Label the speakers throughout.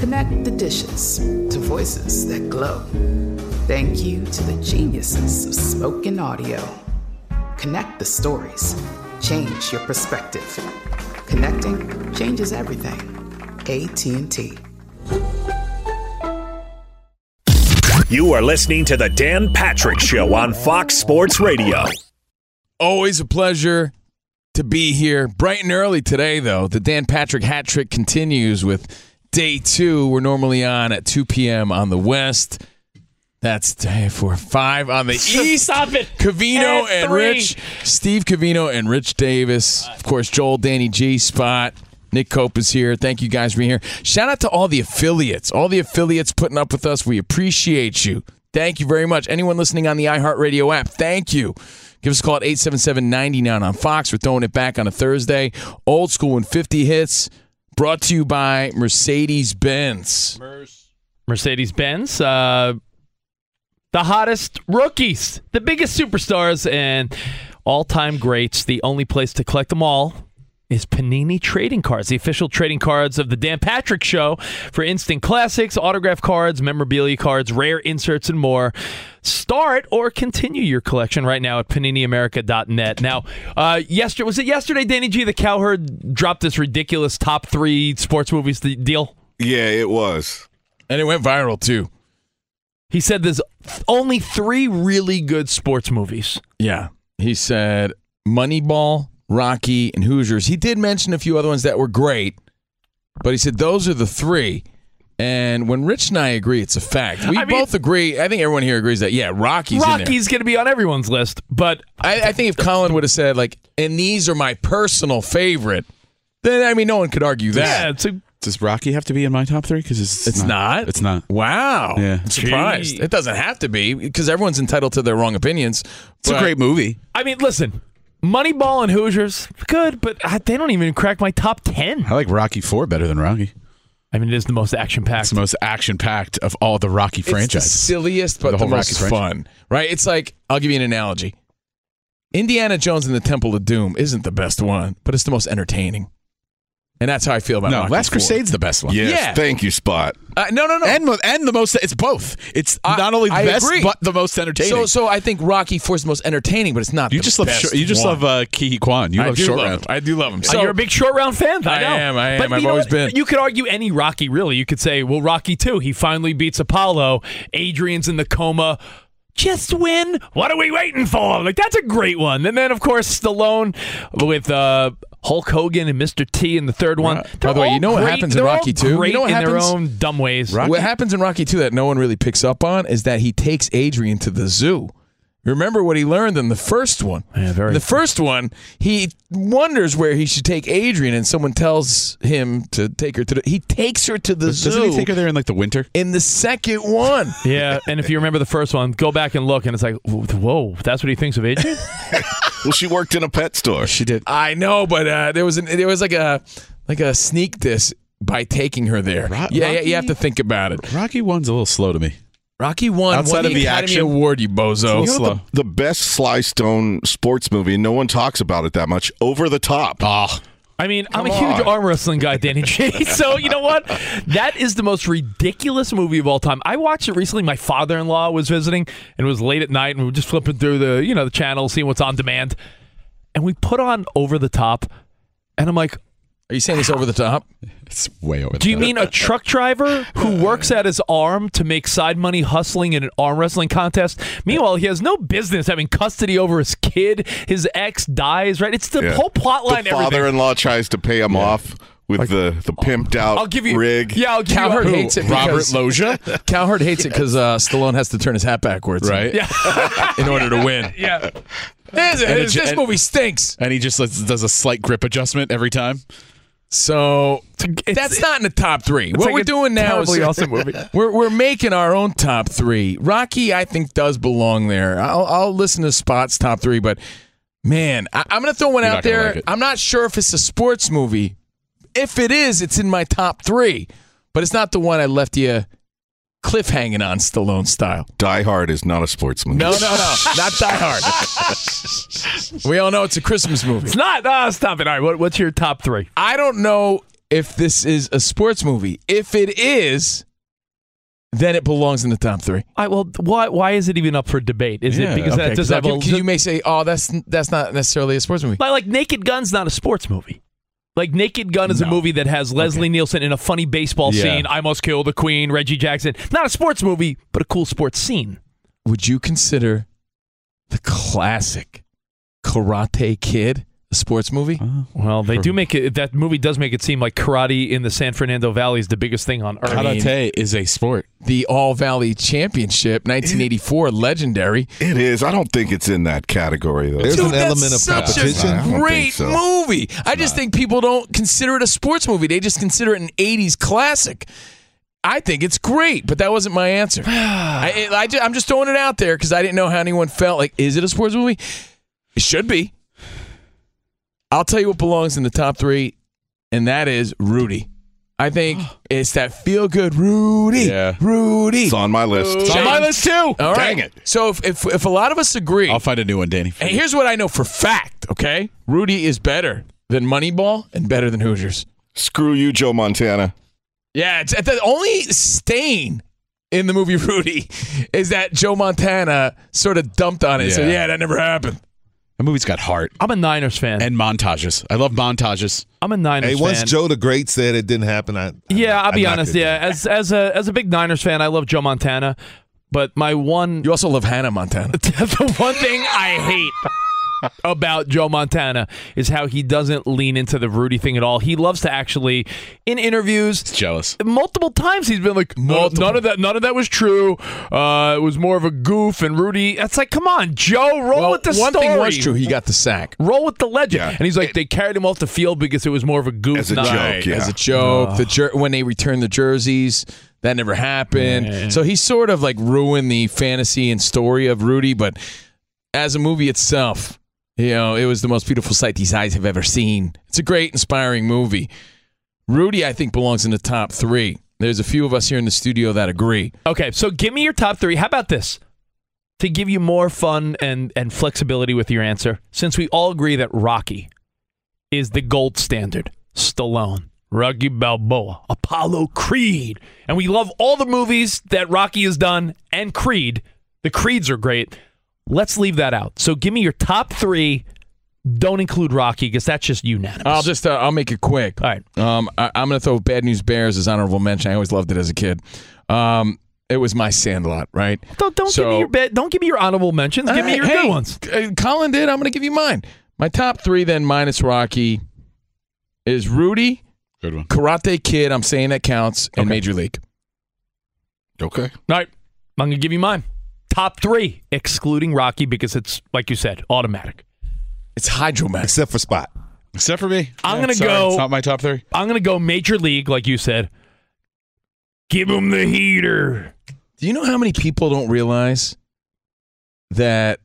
Speaker 1: Connect the dishes to voices that glow. Thank you to the geniuses of spoken audio. Connect the stories. Change your perspective. Connecting changes everything. AT&T.
Speaker 2: You are listening to The Dan Patrick Show on Fox Sports Radio.
Speaker 3: Always a pleasure to be here. Bright and early today, though. The Dan Patrick hat trick continues with day two. We're normally on at 2 p.m. on the West. That's day four, five on the East.
Speaker 4: Stop it.
Speaker 3: Cavino
Speaker 4: At
Speaker 3: and
Speaker 4: three.
Speaker 3: Rich, Steve Cavino and Rich Davis. Of course, Joel, Danny G, Spot. Nick Cope is here. Thank you guys for being here. Shout out to all the affiliates, all the affiliates putting up with us. We appreciate you. Thank you very much. Anyone listening on the iHeartRadio app, thank you. Give us a call at 877-99 on Fox. We're throwing it back on a Thursday. Old school and 50 hits. Brought to you by Mercedes-Benz.
Speaker 4: Mercedes Benz, uh, the hottest rookies, the biggest superstars, and all time greats. The only place to collect them all is Panini Trading Cards, the official trading cards of the Dan Patrick Show for instant classics, autograph cards, memorabilia cards, rare inserts, and more. Start or continue your collection right now at paniniamerica.net. Now, uh, yesterday was it yesterday? Danny G, the cowherd dropped this ridiculous top three sports movies th- deal.
Speaker 5: Yeah, it was.
Speaker 3: And it went viral too.
Speaker 4: He said there's only three really good sports movies.
Speaker 3: Yeah. He said Moneyball, Rocky, and Hoosiers. He did mention a few other ones that were great, but he said those are the three. And when Rich and I agree, it's a fact. We
Speaker 4: I mean-
Speaker 3: both agree. I think everyone here agrees that, yeah, Rocky's, in there.
Speaker 4: Rocky's going to be on everyone's list, but
Speaker 3: I, I think if Colin would have said, like, and these are my personal favorite, then, I mean, no one could argue
Speaker 4: yeah,
Speaker 3: that.
Speaker 4: it's a,
Speaker 6: Does Rocky have to be in my top three? Because it's
Speaker 3: It's not,
Speaker 6: It's not.
Speaker 3: Wow.
Speaker 6: Yeah.
Speaker 3: I'm surprised.
Speaker 4: Gee.
Speaker 3: It doesn't have to be because everyone's entitled to their wrong opinions.
Speaker 6: It's a
Speaker 3: but-
Speaker 6: great movie.
Speaker 4: I mean, listen, Moneyball and Hoosiers, good, but uh, they don't even crack my top 10.
Speaker 6: I like Rocky Four better than Rocky.
Speaker 4: I mean, it is the most action
Speaker 6: It's
Speaker 4: packed.
Speaker 6: the most action packed of all the Rocky franchises.
Speaker 3: It's the silliest, but the,
Speaker 6: The whole
Speaker 3: most
Speaker 6: Rocky franchise.
Speaker 3: fun, right? It's like I'll give you an analogy. Indiana Jones and the Temple of Doom isn't the best one, but it's the most entertaining, and that's how I feel about
Speaker 6: no,
Speaker 3: Rocky
Speaker 6: Last
Speaker 3: IV.
Speaker 6: Crusade's the best one.
Speaker 5: Yes,
Speaker 3: Yeah.
Speaker 5: thank you, Spot.
Speaker 3: Uh, no, no, no.
Speaker 6: And mo- and the most. It's both. It's
Speaker 3: I-
Speaker 6: not only the
Speaker 3: I
Speaker 6: best,
Speaker 3: agree.
Speaker 6: but the most entertaining.
Speaker 3: so, so I think Rocky Four is the most entertaining, but it's not.
Speaker 6: you
Speaker 3: the
Speaker 6: just love
Speaker 3: best
Speaker 6: short, you just
Speaker 3: one.
Speaker 6: love uh, Kihi Kwan. You
Speaker 3: I
Speaker 6: love
Speaker 3: do
Speaker 6: short
Speaker 3: love
Speaker 6: round.
Speaker 3: him. I do love him.
Speaker 4: Uh,
Speaker 3: So
Speaker 4: you're a big short round fan.
Speaker 3: I
Speaker 4: know.
Speaker 3: am, I am.
Speaker 4: But
Speaker 3: I've
Speaker 4: you know
Speaker 3: always
Speaker 4: what?
Speaker 3: been.
Speaker 4: You could argue any Rocky, really. You could say, well, Rocky two, he finally beats Apollo. Adrian's in the coma. Just win. What are we waiting for? Like that's a great one. And then of course Stallone with uh, Hulk Hogan and Mr. T in the third one.
Speaker 3: Right.
Speaker 4: They're
Speaker 3: By the way, you
Speaker 4: all
Speaker 3: know what
Speaker 4: great-
Speaker 3: happens in
Speaker 4: they're all
Speaker 3: Rocky II? You
Speaker 4: Great
Speaker 3: know what
Speaker 4: in their
Speaker 3: happens-
Speaker 4: own dumb ways.
Speaker 3: What happens in Rocky Two that no one really picks up on is that he takes Adrian to the zoo. Remember what he learned in the first one.
Speaker 4: Yeah, very
Speaker 3: in the first one, he wonders where he should take Adrian, and someone tells him to take her to the. He takes her to the zoo.
Speaker 6: Doesn't he take her there in like the winter?
Speaker 3: in the second one.
Speaker 4: Yeah, and if you remember the first one, go back and look, and it's like, whoa, that's what he thinks of Adrian.
Speaker 5: Well, she worked in a pet store.
Speaker 6: She did.
Speaker 3: I know, but uh, there was an, there was like a like a sneak diss by taking her there.
Speaker 6: Ro-
Speaker 3: yeah, yeah, you have to
Speaker 6: Rocky?
Speaker 3: think about it.
Speaker 6: Rocky one's a little slow to me.
Speaker 3: Rocky won
Speaker 6: Outside
Speaker 3: won
Speaker 6: of the
Speaker 3: Academy
Speaker 6: action.
Speaker 3: Award, you bozo.
Speaker 6: You know
Speaker 5: The,
Speaker 6: Slow.
Speaker 5: the best Sly Stone sports movie, and no one talks about it that much. Over the top.
Speaker 6: Ah,
Speaker 4: I mean, I'm a huge
Speaker 5: on.
Speaker 4: arm wrestling guy, Danny J. So you know what? That is the most ridiculous movie of all time. I watched it recently. My father-in-law was visiting, and it was late at night, and we were just flipping through the you know the channel, seeing what's on demand, and we put on Over the Top, and I'm like,
Speaker 3: Are you saying this over the top?
Speaker 6: it's way over.
Speaker 4: Do you mean a truck driver who works at his arm to make side money hustling in an arm wrestling contest? Meanwhile, he has no business having custody over his kid. His ex dies, right? It's the
Speaker 5: Yeah.
Speaker 4: whole plot line.
Speaker 5: The
Speaker 4: everything.
Speaker 5: father-in-law tries to pay him off with the, the pimped out
Speaker 4: I'll give you.
Speaker 5: rig.
Speaker 4: Yeah, I'll give
Speaker 3: Cowherd
Speaker 4: you. a-
Speaker 3: hates it.
Speaker 6: Robert
Speaker 3: because-
Speaker 6: Loja?
Speaker 3: Cowherd hates it because uh, Stallone has to turn his hat backwards,
Speaker 6: Right.
Speaker 4: Yeah,
Speaker 3: in order to win.
Speaker 4: yeah.
Speaker 3: This,
Speaker 6: it-
Speaker 3: this
Speaker 6: and-
Speaker 3: movie stinks.
Speaker 6: And he just lets- does a slight grip adjustment every time.
Speaker 3: So
Speaker 4: It's-
Speaker 3: that's not in the top three. What
Speaker 4: like
Speaker 3: we're
Speaker 4: a
Speaker 3: doing now is
Speaker 4: terribly awesome movie.
Speaker 3: We're we're making our own top three. Rocky, I think, does belong there. I'll I'll listen to Spot's top three, but man, I, I'm gonna throw one
Speaker 6: You're
Speaker 3: out
Speaker 6: not gonna
Speaker 3: there.
Speaker 6: like it.
Speaker 3: I'm not sure if it's a sports movie. If it is, it's in my top three, but it's not the one I left you cliffhanging on Stallone style.
Speaker 5: Die Hard is not a sports movie.
Speaker 3: No, no, no, not Die Hard. we all know it's a Christmas movie.
Speaker 4: It's not. Ah, stop it. All right. What, what's your top three?
Speaker 3: I don't know if this is a sports movie. If it is, then it belongs in the top three.
Speaker 4: I well, why why is it even up for debate? Is it because
Speaker 3: okay,
Speaker 4: that doesn't
Speaker 3: 'cause
Speaker 4: have a
Speaker 3: I can- you may say, "Oh, that's that's not necessarily a sports movie."
Speaker 4: Like, like Naked Gun's not a sports movie. Like Naked Gun is a movie that has Leslie Nielsen in a funny baseball
Speaker 6: Yeah.
Speaker 4: scene. I must kill the queen, Reggie Jackson. Not a sports movie, but a cool sports scene.
Speaker 3: Would you consider the classic Karate Kid a sports movie?
Speaker 4: Oh, Well, they do make it. That movie does make it seem like karate in the San Fernando Valley is the biggest thing on earth.
Speaker 3: mean-
Speaker 6: Karate is a sport.
Speaker 3: The All Valley Championship, 1984, legendary.
Speaker 5: It is. I don't think it's in that category though.
Speaker 7: There's
Speaker 3: Dude,
Speaker 7: an element of
Speaker 3: that's such
Speaker 7: competition.
Speaker 5: I
Speaker 3: a
Speaker 5: don't
Speaker 3: great
Speaker 5: think so.
Speaker 3: movie. I just think people don't consider it a sports movie. They just consider it an 80s classic. I think it's great, but that wasn't my answer. I, I, am just throwing it out there because I didn't know how anyone felt. Like, is it a sports movie? It should be. I'll tell you what belongs in the top three, and that is Rudy. I think it's that feel good Rudy.
Speaker 6: Yeah.
Speaker 3: Rudy.
Speaker 5: It's on my list.
Speaker 6: It's on my
Speaker 3: James.
Speaker 6: list too.
Speaker 3: All right.
Speaker 5: Dang it.
Speaker 3: So if, if if a lot of us agree,
Speaker 6: I'll find a new one, Danny. for
Speaker 3: and
Speaker 6: you.
Speaker 3: here's what I know for fact, okay? Rudy is better than Moneyball and better than Hoosiers.
Speaker 5: Screw you, Joe Montana.
Speaker 3: Yeah, it's, the only stain in the movie Rudy is that Joe Montana sort of dumped on it. So
Speaker 6: Yeah.
Speaker 3: yeah, that never happened.
Speaker 6: that movie's got heart
Speaker 4: I'm a Niners fan.
Speaker 6: and montages. I love montages.
Speaker 4: I'm a Niners
Speaker 7: Hey,
Speaker 4: fan.
Speaker 7: once Joe the Great said it didn't happen, I, I
Speaker 4: yeah, I'll
Speaker 7: I
Speaker 4: be
Speaker 7: knocked
Speaker 4: honest.
Speaker 7: it
Speaker 4: Yeah,
Speaker 7: down.
Speaker 4: as as a as a big Niners fan, I love Joe Montana, but my one
Speaker 3: You also love Hannah Montana.
Speaker 4: the one thing I hate about Joe Montana is how he doesn't lean into the Rudy thing at all. He loves to actually in interviews
Speaker 6: Jealous.
Speaker 4: multiple times he's been like "No,
Speaker 3: Multiple.
Speaker 4: none of that none of that was true. Uh, it was more of a goof and Rudy. It's like come on, Joe, roll
Speaker 3: Well,
Speaker 4: with the
Speaker 3: one
Speaker 4: story.
Speaker 3: thing was true, he got the sack.
Speaker 4: Roll with the legend.
Speaker 5: Yeah.
Speaker 4: And he's like they carried him off the field because it was more of a goof
Speaker 5: As a
Speaker 4: not-
Speaker 5: joke, yeah.
Speaker 3: As a joke, the jer- when they returned the jerseys, that never happened. So he sort of like ruined the fantasy and story of Rudy, but as a movie itself, you know, it was the most beautiful sight these eyes have ever seen. It's a great, inspiring movie. Rudy, I think, belongs in the top three. There's a few of us here in the studio that agree.
Speaker 4: Okay, so give me your top three. How about this? To give you more fun and, and flexibility with your answer, since we all agree that Rocky is the gold standard, Stallone, Rocky Balboa, Apollo Creed, and we love all the movies that Rocky has done and Creed. The Creeds are great. Let's leave that out. So give me your top three. Don't include Rocky because that's just unanimous.
Speaker 3: I'll just uh, I'll make it quick.
Speaker 4: All right.
Speaker 3: Um, I, I'm going to throw Bad News Bears as honorable mention. I always loved it as a kid. Um, it was my Sandlot, right?
Speaker 4: don't don't give
Speaker 3: So-
Speaker 4: me your bad, don't give me your honorable mentions. give me
Speaker 3: Hey,
Speaker 4: your
Speaker 3: hey,
Speaker 4: good ones.
Speaker 3: uh, Colin did. I'm going to give you mine. My top three, then minus Rocky, is Rudy,
Speaker 6: Good one.
Speaker 3: Karate Kid. I'm saying that counts, and Major League.
Speaker 5: Okay.
Speaker 4: All right, I'm gonna give you mine. Top three, excluding Rocky, because it's like you said, automatic.
Speaker 3: It's Hydromax.
Speaker 7: except for Spot.
Speaker 6: Except for me.
Speaker 4: I'm
Speaker 6: Yeah,
Speaker 4: gonna
Speaker 6: sorry,
Speaker 4: go-
Speaker 6: It's not my top three.
Speaker 4: I'm gonna go Major League, like you said. Give him the heater.
Speaker 3: Do you know how many people don't realize that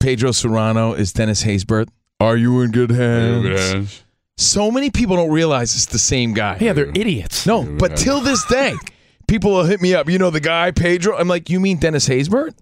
Speaker 3: Pedro Serrano is Dennis Haysbert? Are you in good hands? So many people don't realize it's the same guy.
Speaker 4: Yeah, they're idiots.
Speaker 3: No, but till this day, people will hit me up. You know the guy, Pedro? I'm like, you mean Dennis Haysbert?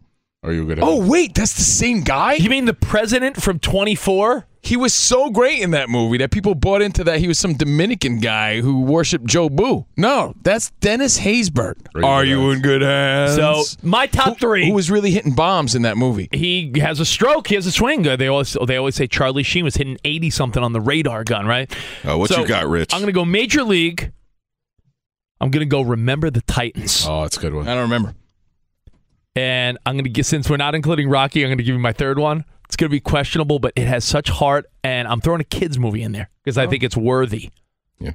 Speaker 6: Are you good?
Speaker 3: Oh, wait, that's the same guy?
Speaker 4: You mean the president from 24?
Speaker 3: He was so great in that movie that people bought into that he was some Dominican guy who worshiped Joe Boo. No, that's Dennis Haysbert.
Speaker 6: Are you
Speaker 3: Are
Speaker 6: good
Speaker 3: you
Speaker 6: hands?
Speaker 3: in good hands?
Speaker 4: So my top three.
Speaker 3: Who was really hitting bombs in that movie?
Speaker 4: he has a stroke. He has a swing. Uh, They always they always say Charlie Sheen was hitting eighty something on the radar gun, right?
Speaker 6: Oh,
Speaker 5: Uh, what
Speaker 4: So,
Speaker 5: you got, Rich?
Speaker 4: I'm gonna go Major League. I'm gonna go Remember the Titans,
Speaker 6: Oh, it's a good one.
Speaker 3: I don't remember.
Speaker 4: and I'm gonna get since we're not including Rocky, I'm gonna give you my third one. It's gonna be questionable, but it has such heart, and I'm throwing a kids movie in there because I
Speaker 3: Oh.
Speaker 4: think it's worthy.
Speaker 5: Yeah.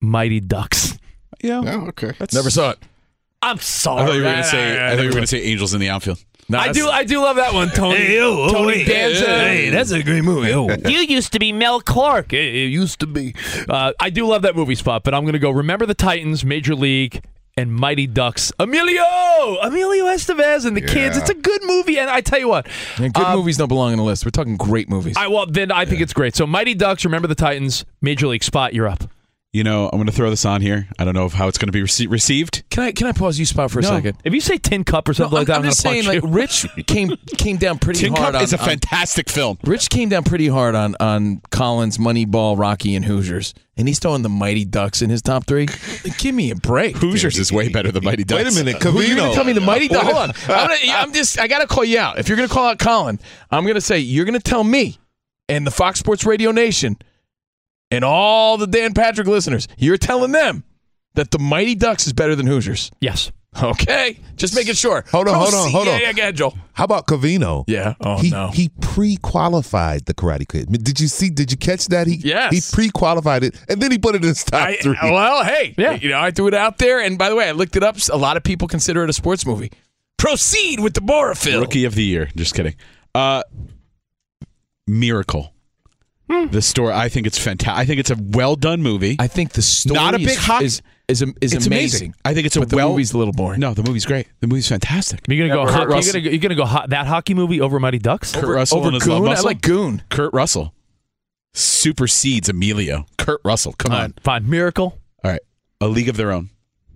Speaker 4: Mighty Ducks.
Speaker 6: Yeah.
Speaker 5: Oh, okay.
Speaker 3: Never saw it.
Speaker 4: I'm sorry.
Speaker 6: I thought you were
Speaker 3: Oh,
Speaker 6: gonna say. I thought you were gonna
Speaker 4: I
Speaker 6: say angels in the outfield.
Speaker 4: do. I do love that one, Tony. Tony Danza.
Speaker 3: oh, that's a great movie. Oh.
Speaker 4: you used to be Mel Clark. It, it used to be. Uh, I do love that movie spot, but I'm going to go Remember the Titans, Major League, and Mighty Ducks. Emilio! Oh, Emilio Estevez and the kids.
Speaker 5: Yeah.
Speaker 4: It's a good movie. And I tell you what,
Speaker 3: good movies don't belong on the list. We're talking great movies.
Speaker 4: I well, then I think it's great. So Mighty Ducks, Remember the Titans, Major League spot, you're up.
Speaker 6: You know, I'm gonna throw this on here. I don't know if- how it's gonna be rece- received.
Speaker 3: can I can I pause you, Spot, for a
Speaker 6: No.
Speaker 3: second?
Speaker 4: If you say Tin Cup or something like that, I'm,
Speaker 3: I'm just
Speaker 4: going
Speaker 3: saying,
Speaker 4: to punch
Speaker 3: like
Speaker 4: you.
Speaker 3: Rich came came down pretty
Speaker 6: Tin
Speaker 3: hard
Speaker 6: Cup
Speaker 3: on,
Speaker 6: is a
Speaker 3: on-
Speaker 6: fantastic film.
Speaker 3: Rich came down pretty hard on on Collins, Moneyball, Rocky, and Hoosiers, and he's throwing the Mighty Ducks in his top three. Like, give me a break.
Speaker 6: Hoosiers is way better than Mighty
Speaker 7: Wait
Speaker 6: Ducks.
Speaker 7: a minute,
Speaker 3: Who you gonna
Speaker 7: Cavino.
Speaker 3: tell me the Mighty Ducks? Hold on, I'm, gonna, I'm just I gotta call you out. If you're gonna call out Colin, I'm gonna say you're gonna tell me and the Fox Sports Radio Nation and all the Dan Patrick listeners, you're telling them that the Mighty Ducks is better than Hoosiers.
Speaker 4: yes.
Speaker 3: Okay, just making sure.
Speaker 7: Hold on,
Speaker 3: Go
Speaker 7: hold on,
Speaker 3: see-
Speaker 7: hold on.
Speaker 3: Yeah, yeah, go ahead, Joel.
Speaker 7: How about Cavino?
Speaker 3: Yeah. Oh
Speaker 7: he,
Speaker 3: no.
Speaker 7: he pre-qualified the Karate Kid. Did you see? Did you catch that? He
Speaker 3: Yes.
Speaker 7: He pre-qualified it, and then he put it in his top
Speaker 3: I,
Speaker 7: three.
Speaker 3: well, hey,
Speaker 4: Yeah.
Speaker 3: you know, I threw it out there, and by the way, I looked it up. A lot of people consider it a sports movie. Proceed with the Borophil.
Speaker 6: Rookie of the year. Just kidding. Uh, Miracle. The story. I think it's fantastic. I think it's a well done movie.
Speaker 3: I think the story
Speaker 6: Not a big
Speaker 3: is,
Speaker 6: hock-
Speaker 3: is is, is
Speaker 6: it's
Speaker 3: amazing.
Speaker 6: I think it's a
Speaker 3: But the
Speaker 6: well.
Speaker 3: movie's a little boring.
Speaker 6: No, the movie's great. The movie's fantastic.
Speaker 4: You're
Speaker 3: Yeah,
Speaker 4: going to go
Speaker 3: Kurt
Speaker 4: hockey-
Speaker 3: Russell.
Speaker 4: you're gonna go You're going to go ho- that hockey movie over Mighty Ducks?
Speaker 6: Kurt Russell
Speaker 3: over
Speaker 6: and his
Speaker 3: Goon.
Speaker 6: love
Speaker 3: I
Speaker 6: muscle.
Speaker 3: like Goon.
Speaker 6: Kurt Russell supersedes Emilio. Kurt Russell. Come
Speaker 4: All right,
Speaker 6: on.
Speaker 4: Fine. Miracle?
Speaker 6: All right. A League of Their Own.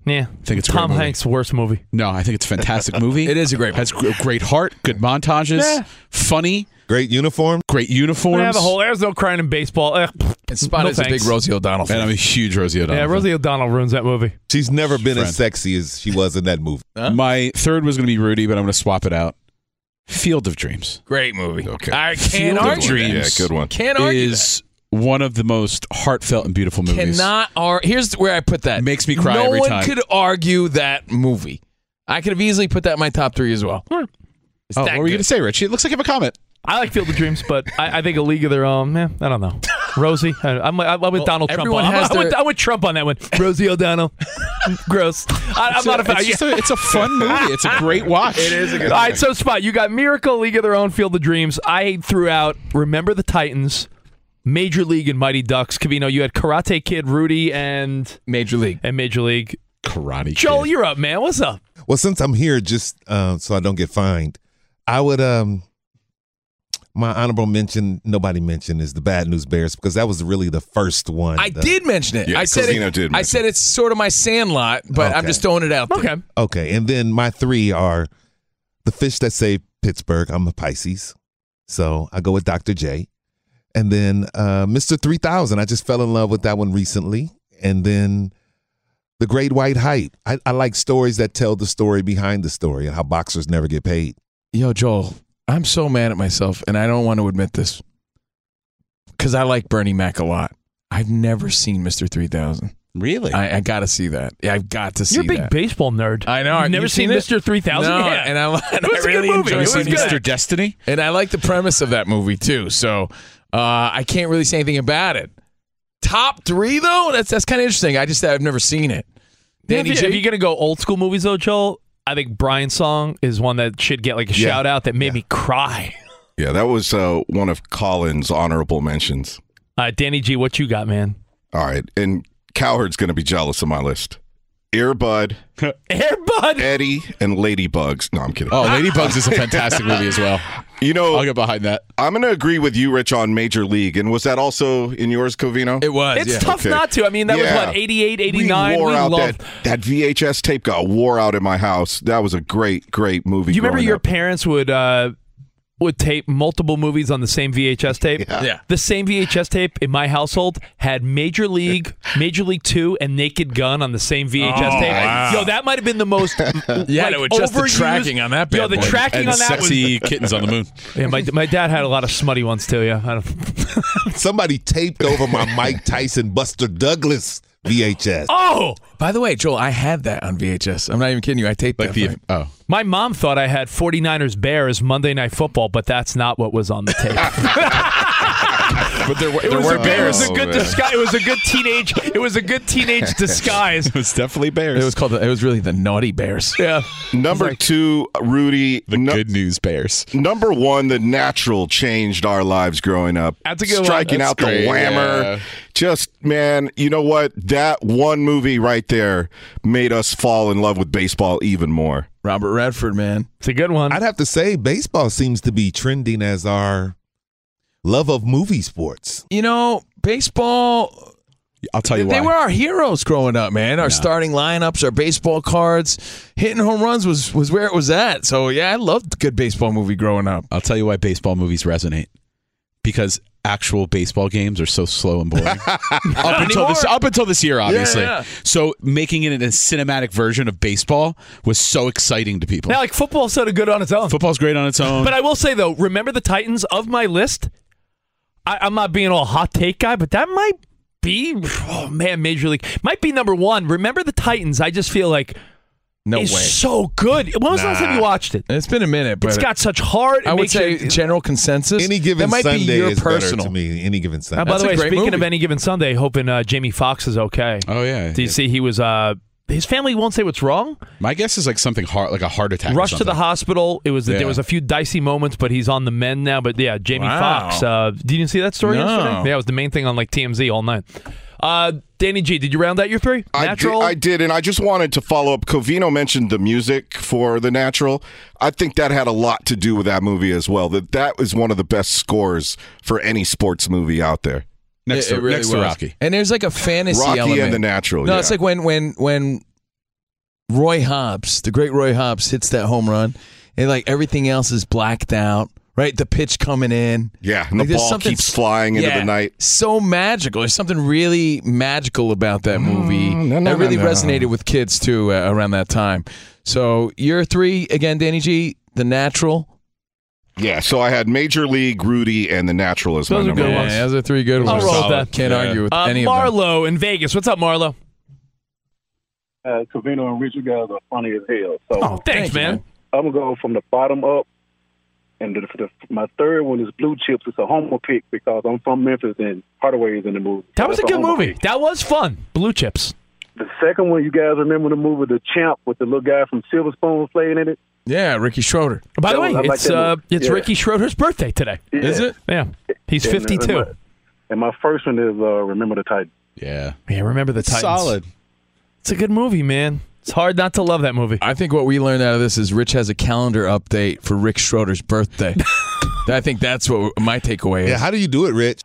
Speaker 4: Yeah.
Speaker 6: think it's a great
Speaker 4: Tom
Speaker 6: movie.
Speaker 4: Hanks' worst movie.
Speaker 6: No, I think it's a fantastic movie.
Speaker 3: It is a great
Speaker 6: Has gr- great heart, good montages,
Speaker 4: Yeah.
Speaker 6: funny,
Speaker 7: Great uniform.
Speaker 6: great
Speaker 4: We
Speaker 6: uniforms.
Speaker 4: have a whole. There's no crying in baseball. Eh, pfft.
Speaker 3: And Spot
Speaker 4: No
Speaker 3: is a big
Speaker 4: thanks.
Speaker 3: Rosie O'Donnell
Speaker 6: and
Speaker 3: fan.
Speaker 6: I'm a huge Rosie O'Donnell.
Speaker 4: Yeah,
Speaker 6: fan.
Speaker 4: Rosie O'Donnell ruins that movie.
Speaker 7: She's never been
Speaker 6: Friend.
Speaker 7: as sexy as she was in that movie.
Speaker 6: My third was going to be Rudy, but I'm going to swap it out. Field of Dreams
Speaker 3: great movie.
Speaker 5: Okay.
Speaker 3: I
Speaker 6: Field
Speaker 3: can't
Speaker 6: of
Speaker 3: argue.
Speaker 6: Dreams.
Speaker 3: that.
Speaker 5: Yeah, good one.
Speaker 3: Can't argue.
Speaker 6: is one of the most heartfelt and beautiful
Speaker 3: that.
Speaker 6: movies.
Speaker 3: Cannot ar- Here's where I put that.
Speaker 6: Makes me cry
Speaker 3: No
Speaker 6: every
Speaker 3: one
Speaker 6: time.
Speaker 3: could argue that movie. I could have easily put that in my top three as well. It's that
Speaker 6: Oh, what were you
Speaker 3: good.
Speaker 6: going to say, Richie? It looks like you have a comment.
Speaker 4: I like Field of Dreams, but I, I think a league of their own. Man, I don't know. Rosie, I, I'm, I'm with Donald Trump.
Speaker 3: everyone
Speaker 4: On. I'm,
Speaker 3: has
Speaker 4: I'm with,
Speaker 3: their-
Speaker 4: I'm with Trump on that one. Rosie O'Donnell, gross. I, I'm not a fan.
Speaker 6: It's, just a, it's a fun movie. It's a great watch. It is a
Speaker 4: All right, so spot you got Miracle, League of Their Own, Field of Dreams. I threw out Remember the Titans, Major League, and Mighty Ducks. Cavino, you had Karate Kid, Rudy, and
Speaker 3: Major League.
Speaker 4: and Major League.
Speaker 6: karate.
Speaker 4: Joel,
Speaker 6: Kid.
Speaker 4: you're up, man. What's up?
Speaker 7: Well, since I'm here, just uh, so I don't get fined, I would um my honorable mention nobody mentioned is the Bad News Bears because that was really the first one.
Speaker 3: I
Speaker 7: The-
Speaker 3: did mention it.
Speaker 5: Yeah,
Speaker 3: I said
Speaker 5: Cosino
Speaker 3: it. I
Speaker 5: did mention
Speaker 3: said it's sort of my Sandlot, but I'm
Speaker 7: Okay.
Speaker 3: just throwing it out there.
Speaker 4: Okay,
Speaker 7: Okay, and then my three are the fish that saved Pittsburgh. I'm a Pisces, so I go with Dr. J, and then uh, Mr. Three Thousand. I just fell in love with that one recently, and then the Great White Height. I, I like stories that tell the story behind the story and how boxers never get paid.
Speaker 3: Yo, Joel, I'm so mad at myself, and I don't want to admit this because I like Bernie Mac a lot. I've never seen Mr. 3000.
Speaker 6: really?
Speaker 3: I, I got to see that. Yeah, I've got to see
Speaker 4: you're a big
Speaker 3: that.
Speaker 4: baseball nerd.
Speaker 3: I know.
Speaker 4: You've
Speaker 3: Have
Speaker 4: never
Speaker 3: you
Speaker 4: seen,
Speaker 3: it?
Speaker 4: Mr. Three Thousand.
Speaker 3: No,
Speaker 4: yeah.
Speaker 3: and I, and
Speaker 4: It was a
Speaker 3: I
Speaker 4: good
Speaker 3: really
Speaker 4: movie.
Speaker 3: enjoy
Speaker 4: It was
Speaker 6: Have you
Speaker 3: seeing
Speaker 6: seen
Speaker 3: Mr.
Speaker 4: good.
Speaker 6: Mr. Destiny?
Speaker 3: And I like the premise of that movie too. So uh, I can't really say anything about it. Top three though, that's that's kind of interesting. I just I've never seen it.
Speaker 4: If
Speaker 3: Danny
Speaker 4: you-
Speaker 3: J.
Speaker 4: if you're gonna go old school movies though, Joel, I think Brian's song is one that should get like a
Speaker 7: Yeah.
Speaker 4: shout out that made me cry.
Speaker 5: Yeah, that was uh, one of Colin's honorable mentions.
Speaker 4: Uh, Danny G, what you got, man?
Speaker 5: All right, and Cowherd's going to be jealous of my list. Earbud,
Speaker 4: Airbud.
Speaker 5: Eddie, and Ladybugs. No, I'm kidding.
Speaker 6: Oh, Ladybugs is a fantastic movie as well.
Speaker 5: You know,
Speaker 6: I'll get behind that.
Speaker 5: I'm going to agree with you, Rich, on Major League. And was that also in yours, Covino?
Speaker 6: It was.
Speaker 4: It's
Speaker 6: yeah.
Speaker 4: tough
Speaker 5: okay.
Speaker 4: not to. I mean, that
Speaker 5: Yeah.
Speaker 4: was what 88, 89.
Speaker 5: We
Speaker 4: We,
Speaker 5: wore out
Speaker 4: love.
Speaker 5: that, that VHS tape got wore out in my house. That was a great, great movie.
Speaker 4: Do you remember
Speaker 5: growing
Speaker 4: your
Speaker 5: up.
Speaker 4: parents would uh, would tape multiple movies on the same VHS tape?
Speaker 6: Yeah.
Speaker 4: The same VHS tape in my household had Major League, Major League Two, and Naked Gun on the same VHS
Speaker 3: Oh,
Speaker 4: tape.
Speaker 3: wow.
Speaker 4: Yo, that might have been the most.
Speaker 3: Yeah,
Speaker 4: like,
Speaker 3: no, just the
Speaker 4: overused-
Speaker 3: tracking on that. Bad
Speaker 4: Yo, the
Speaker 3: boy.
Speaker 4: tracking
Speaker 6: and
Speaker 4: on that was.
Speaker 6: sexy kittens on the moon.
Speaker 4: Yeah, my, my dad had a lot of smutty ones too. Yeah, I don't,
Speaker 7: Somebody taped over my Mike Tyson Buster Douglas VHS.
Speaker 4: Oh,
Speaker 3: By the way, Joel, I had that on VHS. I'm not even kidding you. I taped
Speaker 6: Like
Speaker 3: that.
Speaker 6: the
Speaker 3: thing.
Speaker 6: oh,
Speaker 4: my mom thought I had 49ers Bears Monday Night Football, but that's not what was on the tape.
Speaker 6: but there were
Speaker 4: It
Speaker 6: there
Speaker 4: was,
Speaker 6: were
Speaker 4: a, good- it was
Speaker 6: bears.
Speaker 4: a good
Speaker 5: Oh, man.
Speaker 4: disguise. It was a good teenage. It was a good teenage disguise.
Speaker 6: It was definitely bears.
Speaker 3: It was called. The, it was really the Naughty Bears.
Speaker 4: Yeah.
Speaker 5: number two, Rudy?
Speaker 6: the
Speaker 5: nu-
Speaker 6: good news bears.
Speaker 5: Number one, The Natural changed our lives growing up.
Speaker 4: That's a good one.
Speaker 5: Striking
Speaker 6: That's
Speaker 5: out
Speaker 6: great,
Speaker 5: the whammer.
Speaker 6: yeah.
Speaker 5: Just, man, you know what? That one movie right there made us fall in love with baseball even more.
Speaker 3: Robert Redford, man.
Speaker 4: It's a good one.
Speaker 7: I'd have to say baseball seems to be trending as our love of movie sports.
Speaker 3: You know, baseball.
Speaker 6: I'll tell you
Speaker 3: they
Speaker 6: why.
Speaker 3: were our heroes growing up, man. Our starting lineups, our baseball cards, hitting home runs was was where it was at. So yeah, I loved good baseball movie growing up.
Speaker 6: I'll tell you why baseball movies resonate. Because actual baseball games are so slow and boring. up until this
Speaker 4: anymore.
Speaker 6: up until this year, obviously.
Speaker 3: yeah.
Speaker 6: So making it a cinematic version of baseball was so exciting to people.
Speaker 4: now, like football's sort of good on its own.
Speaker 6: Football's great on its own.
Speaker 4: But I will say though, remember the Titans of my list. I, I'm not being all hot take guy, but that might be. Oh man, Major League might be number one. Remember the Titans? I just feel like
Speaker 3: No
Speaker 4: is
Speaker 3: way.
Speaker 4: so good. When was the last time you watched it?
Speaker 3: it's been a minute, but
Speaker 4: It's got such heart. It
Speaker 3: I would
Speaker 4: makes
Speaker 3: say
Speaker 4: you-
Speaker 3: general consensus.
Speaker 7: Any given
Speaker 3: that might
Speaker 7: Sunday
Speaker 3: be your
Speaker 7: is
Speaker 3: personal.
Speaker 7: better to me. Any given
Speaker 4: Uh,
Speaker 7: Sunday.
Speaker 4: by
Speaker 3: That's
Speaker 4: the
Speaker 3: a
Speaker 4: way,
Speaker 3: great
Speaker 4: speaking of
Speaker 3: movie.
Speaker 4: any given Sunday, hoping uh, Jamie Foxx is okay.
Speaker 6: oh yeah.
Speaker 4: Do you see he was? Uh, his family won't say what's wrong.
Speaker 6: My guess is like something heart like a heart attack. or
Speaker 4: Rushed to the
Speaker 6: something.
Speaker 4: hospital. It was
Speaker 6: Yeah.
Speaker 4: there was a few dicey moments, but he's on the mend now. But yeah, Jamie
Speaker 3: Wow.
Speaker 4: Foxx. Uh, did you see that story
Speaker 3: No.
Speaker 4: yesterday? Yeah, it was the main thing on like TMZ all night. Uh, Danny G, did you round out your three? Natural.
Speaker 5: I did, I did, and I just wanted to follow up. Covino mentioned the music for The Natural. I think that had a lot to do with that movie as well. That that is one of the best scores for any sports movie out there.
Speaker 6: next,
Speaker 3: It-
Speaker 6: to,
Speaker 3: it really
Speaker 6: next to
Speaker 3: was.
Speaker 6: Rocky.
Speaker 3: And there's like a fantasy
Speaker 5: Rocky
Speaker 3: element.
Speaker 5: and The Natural.
Speaker 3: No,
Speaker 5: yeah.
Speaker 3: it's like when when when Roy Hobbs, the great Roy Hobbs, hits that home run, and like everything else is blacked out. Right, the pitch coming in.
Speaker 5: Yeah, and the
Speaker 3: Like, there's
Speaker 5: ball
Speaker 3: something-
Speaker 5: keeps flying into the
Speaker 3: Yeah.
Speaker 5: night.
Speaker 3: So magical. There's something really magical about that movie.
Speaker 5: Mm, no, no,
Speaker 3: that really
Speaker 5: no, no.
Speaker 3: resonated with kids too uh, around that time. So year three again, Danny G, The Natural.
Speaker 5: Yeah, so I had Major League, Rudy, and The Natural as my
Speaker 4: Those are
Speaker 5: number
Speaker 4: good
Speaker 5: one.
Speaker 4: ones.
Speaker 3: Yeah, those are three good ones.
Speaker 4: roll with
Speaker 3: Solid.
Speaker 4: that.
Speaker 3: Can't
Speaker 6: Yeah.
Speaker 3: argue with
Speaker 4: uh,
Speaker 3: any of them.
Speaker 4: Marlo in Vegas. What's up, Marlo?
Speaker 8: uh, Covino and Richard guys are funny as hell. So
Speaker 4: Oh, thanks,
Speaker 3: thank you,
Speaker 4: man.
Speaker 3: man.
Speaker 8: I'm gonna go from the bottom up, and the, the, my third one is Blue Chips. It's a homer pick because I'm from Memphis and Hardaway is in the movie.
Speaker 4: That
Speaker 8: So
Speaker 4: was a
Speaker 8: that's
Speaker 4: good
Speaker 8: homer
Speaker 4: movie.
Speaker 8: pick.
Speaker 4: That was fun. Blue chips.
Speaker 8: The second one, you guys remember the movie The Champ with the little guy from Silver Spoon playing in it?
Speaker 3: Yeah, Ricky Schroeder.
Speaker 4: By the
Speaker 8: Yeah,
Speaker 4: way,
Speaker 8: I like
Speaker 4: it's
Speaker 8: that
Speaker 4: uh,
Speaker 8: movie.
Speaker 4: it's
Speaker 8: Yeah.
Speaker 4: Ricky Schroeder's birthday today.
Speaker 3: Is
Speaker 8: Yeah.
Speaker 3: it?
Speaker 4: Yeah, he's
Speaker 8: And, uh,
Speaker 4: fifty-two.
Speaker 8: And my, and my first one is uh, Remember the Titans.
Speaker 6: Yeah.
Speaker 4: Yeah, remember the Titans.
Speaker 6: Solid.
Speaker 4: It's a good movie, man. It's hard not to love that movie.
Speaker 3: I think what we learned out of this is Rich has a calendar update for Rick Schroeder's birthday. I think that's what my takeaway is.
Speaker 7: Yeah, how do you do it, Rich?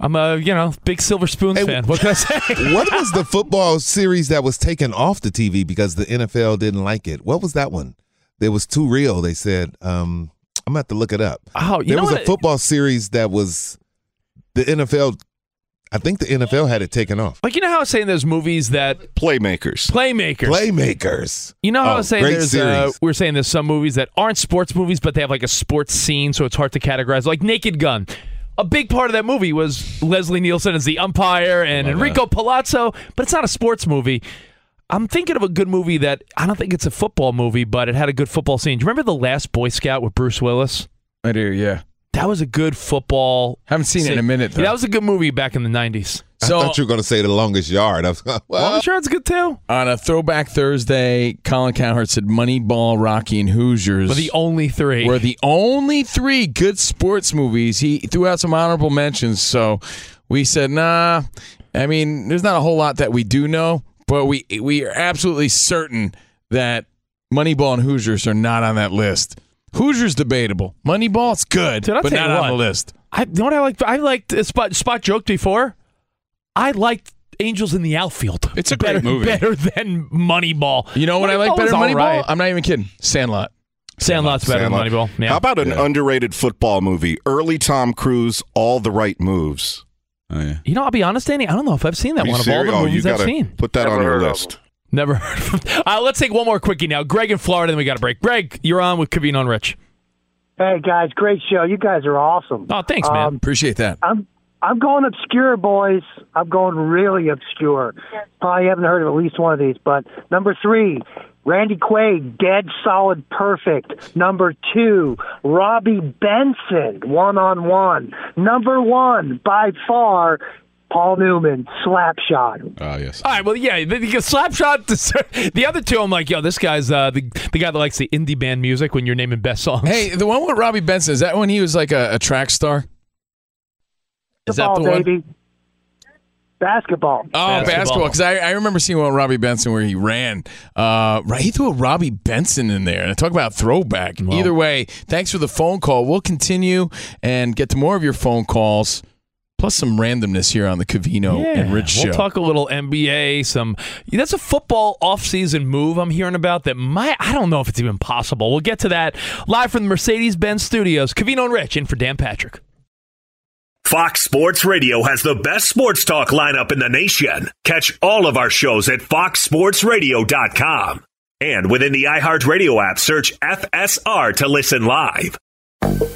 Speaker 4: I'm a you know big Silver Spoons
Speaker 7: Hey,
Speaker 4: fan. What can I say?
Speaker 7: What was the football series that was taken off the TV because the NFL didn't like it? What was that one? It was too real. They said, um, I'm gonna have to look it up.
Speaker 4: Oh, you
Speaker 7: there
Speaker 4: know
Speaker 7: was
Speaker 4: what?
Speaker 7: a football series that was the NFL. I think the NFL had it taken off.
Speaker 4: Like you know how I was saying there's movies that
Speaker 5: Playmakers.
Speaker 4: playmakers.
Speaker 7: Playmakers.
Speaker 4: you know how I
Speaker 7: Oh,
Speaker 4: was saying
Speaker 7: great
Speaker 4: there's uh,
Speaker 7: series.
Speaker 4: we are saying there's some movies that aren't sports movies but they have like a sports scene so it's hard to categorize. Like Naked Gun. A big part of that movie was Leslie Nielsen as the umpire and Enrico Palazzo, but it's not a sports movie. I'm thinking of a good movie that I don't think it's a football movie, but it had a good football scene. Do you remember The Last Boy Scout with Bruce Willis?
Speaker 3: I do, yeah.
Speaker 4: That was a good football.
Speaker 3: Haven't seen it in a minute, though.
Speaker 4: That was a good movie back in the '90s. So
Speaker 7: I thought you were going to say the longest yard. I was, well,
Speaker 3: Uh,
Speaker 4: Long Yard's good too.
Speaker 3: On a throwback Thursday, Colin Cowherd said Moneyball, Rocky, and Hoosiers
Speaker 4: But the only three.
Speaker 3: were the only three good sports movies. He threw out some honorable mentions, so we said, nah. I mean, there's not a whole lot that we do know, but we we are absolutely certain that Moneyball and Hoosiers are not on that list. Hoosiers debatable. Moneyball, it's good,
Speaker 4: Dude, I'll
Speaker 3: but
Speaker 4: tell you
Speaker 3: not on the
Speaker 4: what.
Speaker 3: list.
Speaker 4: I you know what I liked. I liked uh, Spot. Spot joked before. I liked Angels in the Outfield.
Speaker 6: It's a great
Speaker 4: better,
Speaker 6: movie.
Speaker 4: Better than Moneyball.
Speaker 3: You know what I like
Speaker 4: Moneyball
Speaker 3: better
Speaker 4: was
Speaker 3: than
Speaker 4: all
Speaker 3: Moneyball?
Speaker 4: right.
Speaker 3: I'm not even kidding. Sandlot.
Speaker 4: Sandlot's better
Speaker 5: Sandlot.
Speaker 4: than Moneyball. Yeah.
Speaker 5: How about an underrated football movie? Early Tom Cruise, All the Right Moves.
Speaker 6: Oh, yeah.
Speaker 4: you know, I'll be honest, Danny. I don't know if I've seen that
Speaker 5: Are you
Speaker 4: one
Speaker 5: serious?
Speaker 4: of all
Speaker 5: oh,
Speaker 4: the
Speaker 5: you
Speaker 4: movies I've
Speaker 5: gotta
Speaker 4: seen.
Speaker 5: put that
Speaker 8: Never
Speaker 5: on your
Speaker 8: heard of
Speaker 5: list.
Speaker 8: them.
Speaker 4: Never heard of them. Uh, let's take one more quickie now. Greg in Florida, then we got a break. Greg, you're on with Kavino and Rich.
Speaker 9: Hey guys, great show. You guys are awesome.
Speaker 4: Oh, thanks, man.
Speaker 9: Um,
Speaker 3: Appreciate that.
Speaker 9: I'm I'm going obscure, boys. I'm going really obscure. Probably haven't heard of at least one of these, but number three, Randy Quaid, dead solid perfect. Number two, Robbie Benson, one on one. Number one, by far, Paul Newman, Slapshot.
Speaker 6: Oh, yes.
Speaker 4: All right, well, yeah, the, the Slapshot. The, the other two, I'm like, yo, this guy's uh, the the guy that likes the indie band music when you're naming best songs.
Speaker 3: Hey, the one with Robbie Benson, is that when he was like a, a track star? Is that
Speaker 9: Football,
Speaker 3: the one?
Speaker 9: baby. Basketball.
Speaker 3: Oh, basketball.
Speaker 4: Basketball.
Speaker 3: Because I, I remember seeing one with Robbie Benson where he ran. Uh, right, he threw a Robbie Benson in there. And talk about throwback. Either way, thanks for the phone call. We'll continue and get to more of your phone calls, plus some randomness here on the Cavino and Rich
Speaker 4: we'll
Speaker 3: Oh, show.
Speaker 4: talk a little NBA. Some that's a football offseason move I'm hearing about that might. I don't know if it's even possible. We'll get to that live from the Mercedes-Benz studios. Cavino and Rich in for Dan Patrick.
Speaker 2: Fox Sports Radio has the best sports talk lineup in the nation. Catch all of our shows at foxsportsradio.com. And within the iHeartRadio app, search FSR to listen live.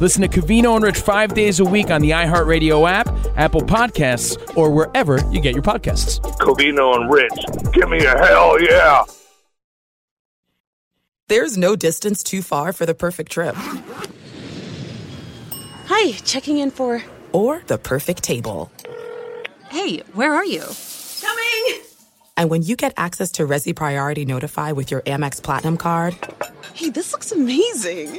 Speaker 3: Listen to Covino and Rich five days a week on the iHeartRadio app, Apple Podcasts,
Speaker 4: Or wherever you get your podcasts.
Speaker 8: Covino and Rich, give me a hell yeah.
Speaker 10: There's no distance too far for the perfect trip
Speaker 11: Hi, checking in for.
Speaker 10: or the perfect table.
Speaker 11: Hey, where are you?
Speaker 10: And when you get access to Resi Priority Notify with your Amex Platinum card
Speaker 11: Hey, this looks amazing.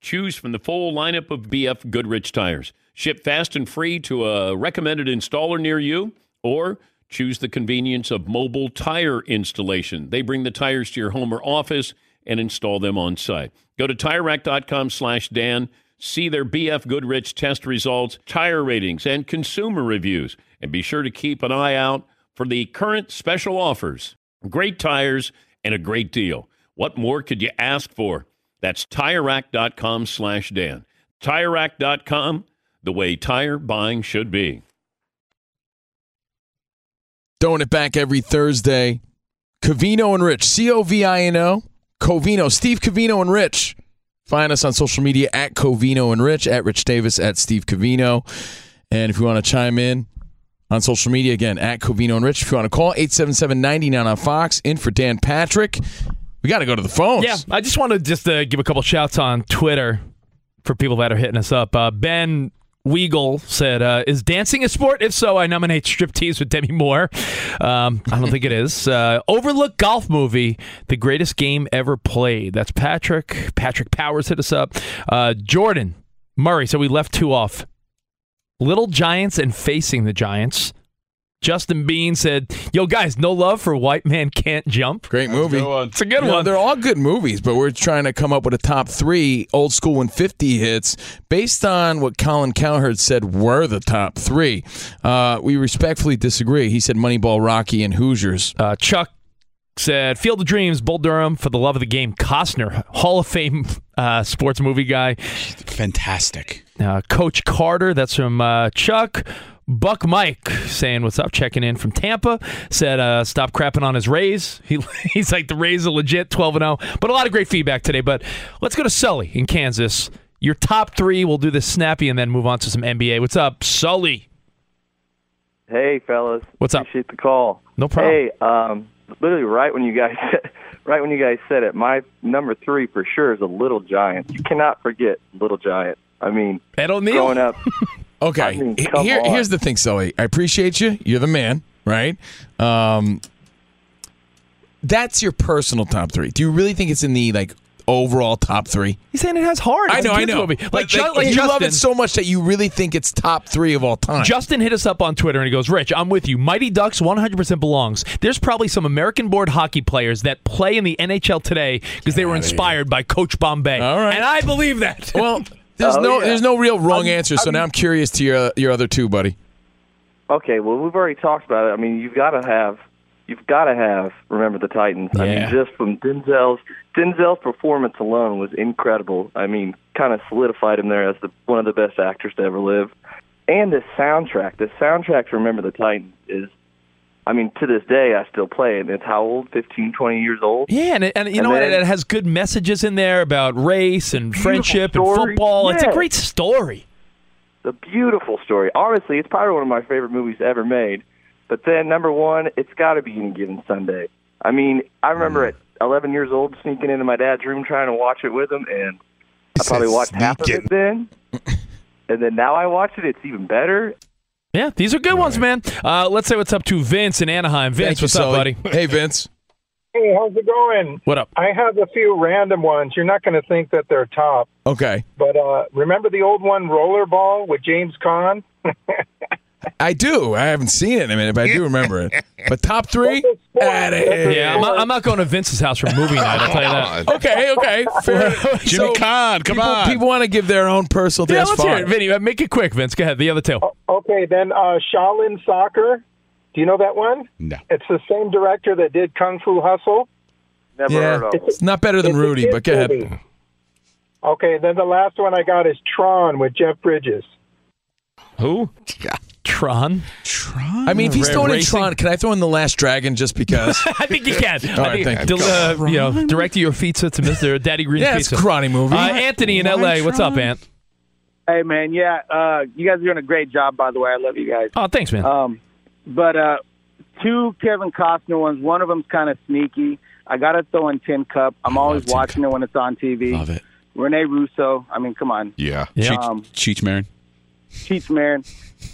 Speaker 12: Choose from the full lineup of BF Goodrich tires. Ship fast and free to a recommended installer near you or Choose the convenience of mobile tire installation. They bring the tires to your home or office and install them on site. Go to TireRack.com slash Dan. See their BF Goodrich test results, tire ratings, and consumer reviews. And be sure to keep an eye out for the current special offers. Great tires and a great deal. What more could you ask for? That's TireRack.com slash Dan. TireRack.com, the way tire buying should be.
Speaker 3: Throwing it back every Thursday. Covino and Rich, C O V I N O, Covino, Steve Covino and Rich. Find us on social media at Covino and Rich, at Rich Davis, at Steve Covino. And if you want to chime in on social media, again, at Covino and Rich. If you want to call, 877 99 on Fox, in for Dan Patrick. We got to go to the phones.
Speaker 4: Yeah, I just want to just uh, give a couple shouts on Twitter for people that are hitting us up. Uh, ben Weagle said, uh, "Is dancing a sport? If so, I nominate striptease with Demi Moore." Um, I don't think it is. Uh, Overlook golf movie, the greatest game ever played. That's Patrick. Patrick Powers hit us up. Uh, Jordan Murray. So we left two off. Little Giants and facing the Giants. Justin Bean said, "Yo, guys, no love for White Man Can't Jump."
Speaker 3: Great movie.
Speaker 4: It's a good
Speaker 3: You know,
Speaker 4: one.
Speaker 3: They're all good movies, but we're trying to come up with a top three old school 150 hits based on what Colin Cowherd said were the top three. Uh, we respectfully disagree. He said Moneyball, Rocky, and Hoosiers.
Speaker 4: Uh, Chuck said, "Field of Dreams, Bull Durham for the love of the game." Costner, Hall of Fame uh, sports movie guy,
Speaker 6: fantastic.
Speaker 4: Uh, Coach Carter, that's from uh, Chuck. Buck Mike saying, "What's up?" Checking in from Tampa. Said, uh, "Stop crapping on his Rays." He, he's like the Rays are legit, twelve and zero. But a lot of great feedback today. But let's go to Sully in Kansas. Your top three. We'll do this snappy and then move on to some NBA. What's up, Sully?
Speaker 13: Hey, fellas.
Speaker 4: What's up?
Speaker 13: Appreciate the call.
Speaker 4: No problem.
Speaker 13: Hey, um, literally right when you guys right when you guys said it, my number three for sure is a Little Giant. You cannot forget Little Giant. I mean,
Speaker 3: Ed O'Neill.
Speaker 13: growing up.
Speaker 3: Okay.
Speaker 13: I mean, come
Speaker 3: Here,
Speaker 13: on.
Speaker 3: here's the thing, Sully. I appreciate you. You're the man, right? Um, that's your personal top three. Do you really think it's in the like overall top three?
Speaker 4: He's saying it has heart.
Speaker 3: I
Speaker 4: It's a
Speaker 3: know, I
Speaker 4: kids
Speaker 3: know.
Speaker 4: movie.
Speaker 3: But,
Speaker 4: Like, Ju- like
Speaker 3: you love
Speaker 4: Justin-
Speaker 3: it so much that you really think it's top three of all time.
Speaker 4: Justin hit us up on Twitter and he goes, Rich, I'm with you. Mighty Ducks 100% belongs. There's probably some American board hockey players that play in the NHL today because they were inspired by Coach Bombay. All right. And I believe that.
Speaker 3: Well,
Speaker 13: Oh,
Speaker 3: There's no, there's no real wrong answer. So now Oh, I'm curious to your your other two, buddy.
Speaker 13: Okay, well, we've already talked about it. I mean, you've got to have, you've got to have. Remember the Titans. I mean,
Speaker 14: Yeah.
Speaker 13: just from Denzel's Denzel's performance alone was incredible. I mean, kind of solidified him there as the one of the best actors to ever live. And the soundtrack, the soundtrack to Remember the Titans is, I mean, to this day I still play it. It's how old? Fifteen, twenty years old.
Speaker 4: Yeah, and, it- and you know what?
Speaker 13: then-
Speaker 4: It, it has good messages in there about race and friendship and
Speaker 13: story.
Speaker 4: football. It's a
Speaker 13: Yeah.
Speaker 4: great story.
Speaker 13: It's a beautiful story. Honestly, it's probably one of my favorite movies ever made. But then number one, it's got to be Any Given Sunday. I mean, I remember at 11 years old sneaking into my dad's room trying to watch it with him, and I probably watched half of it then. and then now I watch it; it's even better.
Speaker 4: Yeah, these are good ones, man. Uh, let's say what's up to Vince in Anaheim.
Speaker 3: Thank
Speaker 4: Vince,
Speaker 3: you,
Speaker 4: what's up,
Speaker 3: Sully.
Speaker 4: buddy?
Speaker 3: Hey, Vince.
Speaker 15: Hey, how's it going?
Speaker 4: What up?
Speaker 15: I have a few random ones. You're not going to think that they're top,
Speaker 3: Okay,
Speaker 15: but uh, remember the old one, Rollerball, with James Caan?
Speaker 3: I do. I haven't seen it in a minute, but I do remember it. But top three, out of here.
Speaker 4: Yeah, I'm not, I'm not going to Vince's house for movie night. I'll tell you that.
Speaker 3: Okay, okay. Fair. Jimmy Con, come on. People want to give their own personal.
Speaker 4: Yeah,
Speaker 3: that's
Speaker 4: let's
Speaker 3: fine.
Speaker 4: hear it, Vinny. Uh, Make it quick, Vince. Go ahead. The other two.
Speaker 15: Okay, then uh, Shaolin Soccer. Do you know that one?
Speaker 3: No.
Speaker 15: It's the same director that did Kung Fu Hustle.
Speaker 13: Never
Speaker 3: yeah, it's not better than Rudy, but go ahead.
Speaker 15: Okay, then the last one I got is Tron with Jeff Bridges.
Speaker 4: Who? Tron.
Speaker 3: Tron. I mean, if he's
Speaker 4: Ra-
Speaker 3: throwing in
Speaker 4: racing?
Speaker 3: Tron, can I throw in the Last Dragon just because?
Speaker 4: I think you can.
Speaker 3: All
Speaker 4: I
Speaker 3: right,
Speaker 4: think-
Speaker 3: thank
Speaker 4: Del-
Speaker 3: you.
Speaker 4: uh, you know, direct your pizza to Mr. Daddy Green's
Speaker 3: Yeah, it's
Speaker 4: pizza.
Speaker 3: a karate movie.
Speaker 4: Uh, Anthony in LA, what's up, Ant?
Speaker 16: Hey man, yeah, uh, you guys are doing a great job, by the way. I love you guys.
Speaker 4: Oh, thanks, man.
Speaker 16: Um, but uh, two Kevin Costner ones. One of them's kind of sneaky. I gotta throw in Tin Cup. I'm always watching it when it's on TV. Love
Speaker 6: it.
Speaker 16: Renee Russo. I mean, come on.
Speaker 6: Yeah.
Speaker 16: Yeah.
Speaker 6: Cheech,
Speaker 16: Um,
Speaker 6: Cheech Marin.
Speaker 16: Cheats Marin.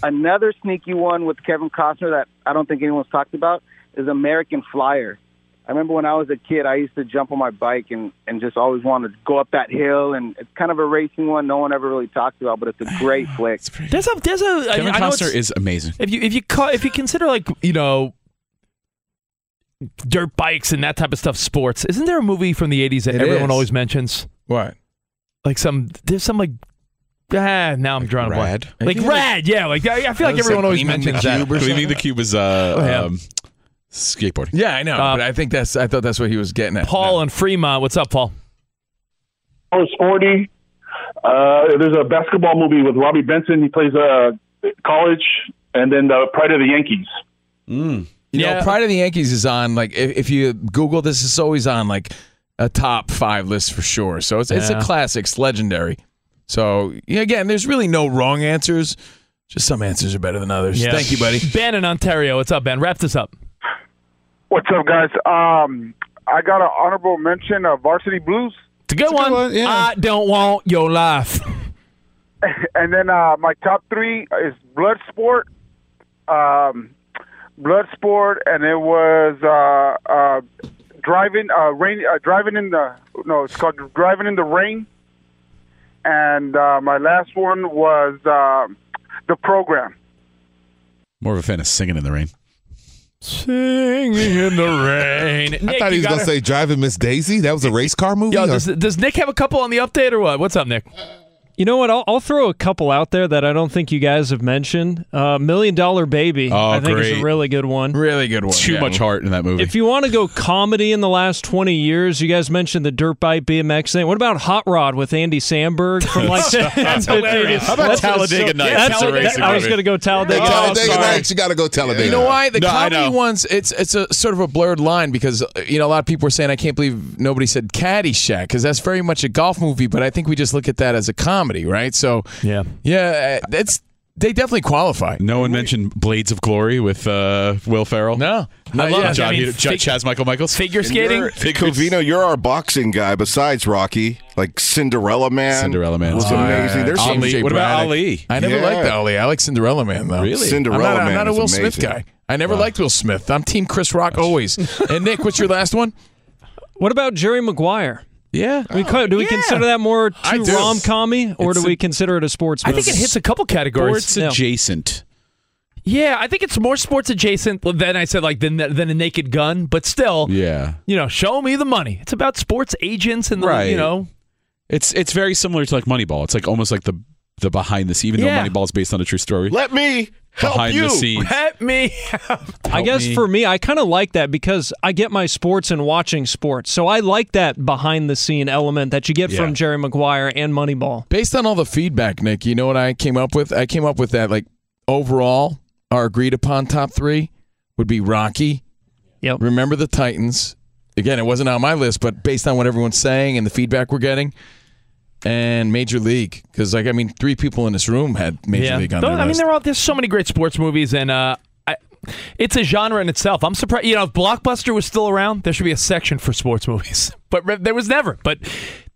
Speaker 16: Another sneaky one with Kevin Costner that I don't think anyone's talked about is American Flyer. I remember when I was a kid, I used to jump on my bike and and just always wanted to go up that hill. And it's kind of a racing one, no one ever really talks about, but it's a great flick.
Speaker 4: There's a there's a I-
Speaker 6: Kevin
Speaker 4: I know
Speaker 6: Costner
Speaker 4: it's-
Speaker 6: is amazing.
Speaker 4: if you if you ca- if you consider like you know dirt bikes and that type of stuff sports isn't there a movie from the 80s that
Speaker 3: It
Speaker 4: everyone
Speaker 3: is.
Speaker 4: always mentions
Speaker 3: what
Speaker 4: like some there's some like ah now i'm drawing
Speaker 6: Rad?
Speaker 4: a blank like rad yeah like i, I feel like everyone always mentions that
Speaker 6: Gleaming the cube is uh,
Speaker 4: Oh, yeah.
Speaker 6: um, skateboarding.
Speaker 3: Yeah, I know.
Speaker 4: Uh,
Speaker 3: but I think that's I thought that's what he was getting at.
Speaker 4: paul in fremont what's up paul
Speaker 8: I was 40. Uh, there's a basketball movie with Robbie Benson. He plays uh, college and then the Pride of the Yankees.
Speaker 3: Mm. You know, Pride of the Yankees is on like if, if you Google this, it's always on like a top five list for sure. So it's it's
Speaker 4: Yeah.
Speaker 3: a classic, it's legendary. So yeah, again, there's really no wrong answers. Just some answers are better than others.
Speaker 4: Yeah.
Speaker 3: Thank you, buddy.
Speaker 4: ben in ontario what's up ben wrap this up
Speaker 14: What's up, guys? Um, I got an honorable mention of Varsity Blues,
Speaker 4: it's a good one, Uh, i don't want your life
Speaker 14: and then uh, my top three is Bloodsport, um, Bloodsport, and it was uh, uh, driving, uh, rain, uh, driving in the no, it's called driving in the rain, and uh, my last one was uh, the program.
Speaker 6: More of a fan of singing in the rain.
Speaker 4: Singing in the rain.
Speaker 7: I thought he was going to say Driving Miss Daisy. That was a race car movie?
Speaker 4: Yo,
Speaker 7: or-
Speaker 4: does, does Nick have a couple on the update or what? What's up, Nick?
Speaker 17: You know what? I'll, I'll throw a couple out there that I don't think you guys have mentioned. Uh, Million Dollar Baby,
Speaker 6: Oh,
Speaker 17: I think is a
Speaker 6: great.
Speaker 17: really good one.
Speaker 3: Really good
Speaker 6: Too much heart in that movie.
Speaker 17: If you want to go comedy in the last 20 years, you guys mentioned the dirt bike BMX thing. What about Hot Rod with Andy Samberg from like
Speaker 6: That's
Speaker 17: 10, 15?
Speaker 6: hilarious. How about
Speaker 17: That's
Speaker 6: Talladega
Speaker 17: so-
Speaker 6: Nights?
Speaker 17: that's-
Speaker 6: That's a
Speaker 17: that-
Speaker 6: racing
Speaker 17: I was
Speaker 6: movie.
Speaker 17: going to go Talladega.
Speaker 6: Oh,
Speaker 17: Nights.
Speaker 6: Talladega
Speaker 17: Sorry.
Speaker 6: Nights,
Speaker 7: you got to go Talladega.
Speaker 3: You know why the
Speaker 6: No, I
Speaker 3: comedy
Speaker 6: know.
Speaker 3: ones? It's it's a sort of a blurred line because uh, you know a lot of people were saying I can't believe nobody said Caddyshack because that's very much a golf movie, but I think we just look at that as a comedy, right? So
Speaker 4: yeah,
Speaker 3: yeah, uh, it's they definitely qualify.
Speaker 6: No one mentioned Blades of Glory with uh, Will Ferrell. No,
Speaker 3: I love it.
Speaker 6: John,
Speaker 3: I mean,
Speaker 6: Hugh- Ch-
Speaker 3: fig-
Speaker 6: Chaz Michael Michaels.
Speaker 4: Figure
Speaker 5: You're, Covino, you're our boxing guy besides Rocky. Like Cinderella Man.
Speaker 6: Cinderella Man
Speaker 5: was
Speaker 6: Oh,
Speaker 5: amazing.
Speaker 6: yeah.
Speaker 5: There's some-
Speaker 6: Ali. What about Ali?
Speaker 3: I never
Speaker 6: Yeah.
Speaker 3: liked Ali. I like Cinderella Man though.
Speaker 6: Really?
Speaker 5: Cinderella
Speaker 3: I'm not,
Speaker 5: Man
Speaker 3: I'm not a
Speaker 5: is
Speaker 3: Will Smith
Speaker 5: amazing.
Speaker 3: guy. I never liked Will Smith. I'm Team Chris Rock always. and Nick, what's your last one?
Speaker 17: What about Jerry Maguire?
Speaker 3: Yeah.
Speaker 17: We co- do we consider that more
Speaker 3: I
Speaker 17: too
Speaker 3: do.
Speaker 17: rom commy or
Speaker 6: It's
Speaker 17: do
Speaker 6: a-
Speaker 17: we consider it a sports
Speaker 4: I
Speaker 17: movie?
Speaker 4: think it hits a couple categories.
Speaker 6: Sports
Speaker 4: Yeah.
Speaker 6: adjacent.
Speaker 4: Yeah, I think it's more sports adjacent than I said, like than than a Naked Gun, but still,
Speaker 6: Yeah.
Speaker 4: you know, show me the money. It's about sports agents and the,
Speaker 6: Right.
Speaker 4: you know,
Speaker 6: It's it's very similar to like Moneyball. It's like almost like the the behind the scenes, even
Speaker 4: Yeah.
Speaker 6: though Moneyball is based on a true story.
Speaker 5: Let me
Speaker 6: help Behind the you. scenes.
Speaker 4: Let me.
Speaker 17: I
Speaker 6: Help
Speaker 17: guess
Speaker 6: me.
Speaker 17: for me, I kind of like that because I get my sports and watching sports. So I like that behind the scene element that you get
Speaker 3: Yeah.
Speaker 17: from Jerry Maguire and Moneyball.
Speaker 3: Based on all the feedback, Nick, you know what I came up with? I came up with that like overall, our agreed upon top three would be Rocky.
Speaker 17: Yep.
Speaker 3: Remember the Titans. Again, it wasn't on my list, but based on what everyone's saying and the feedback we're getting, and Major League, because like I mean, three people in this room had Major
Speaker 4: yeah.
Speaker 3: League on
Speaker 4: Though,
Speaker 3: their
Speaker 4: I mean,
Speaker 3: list.
Speaker 4: there are there's so many great sports movies, and uh, I, it's a genre in itself. I'm surprised, you know, if Blockbuster was still around, there should be a section for sports movies, but re- there was never. But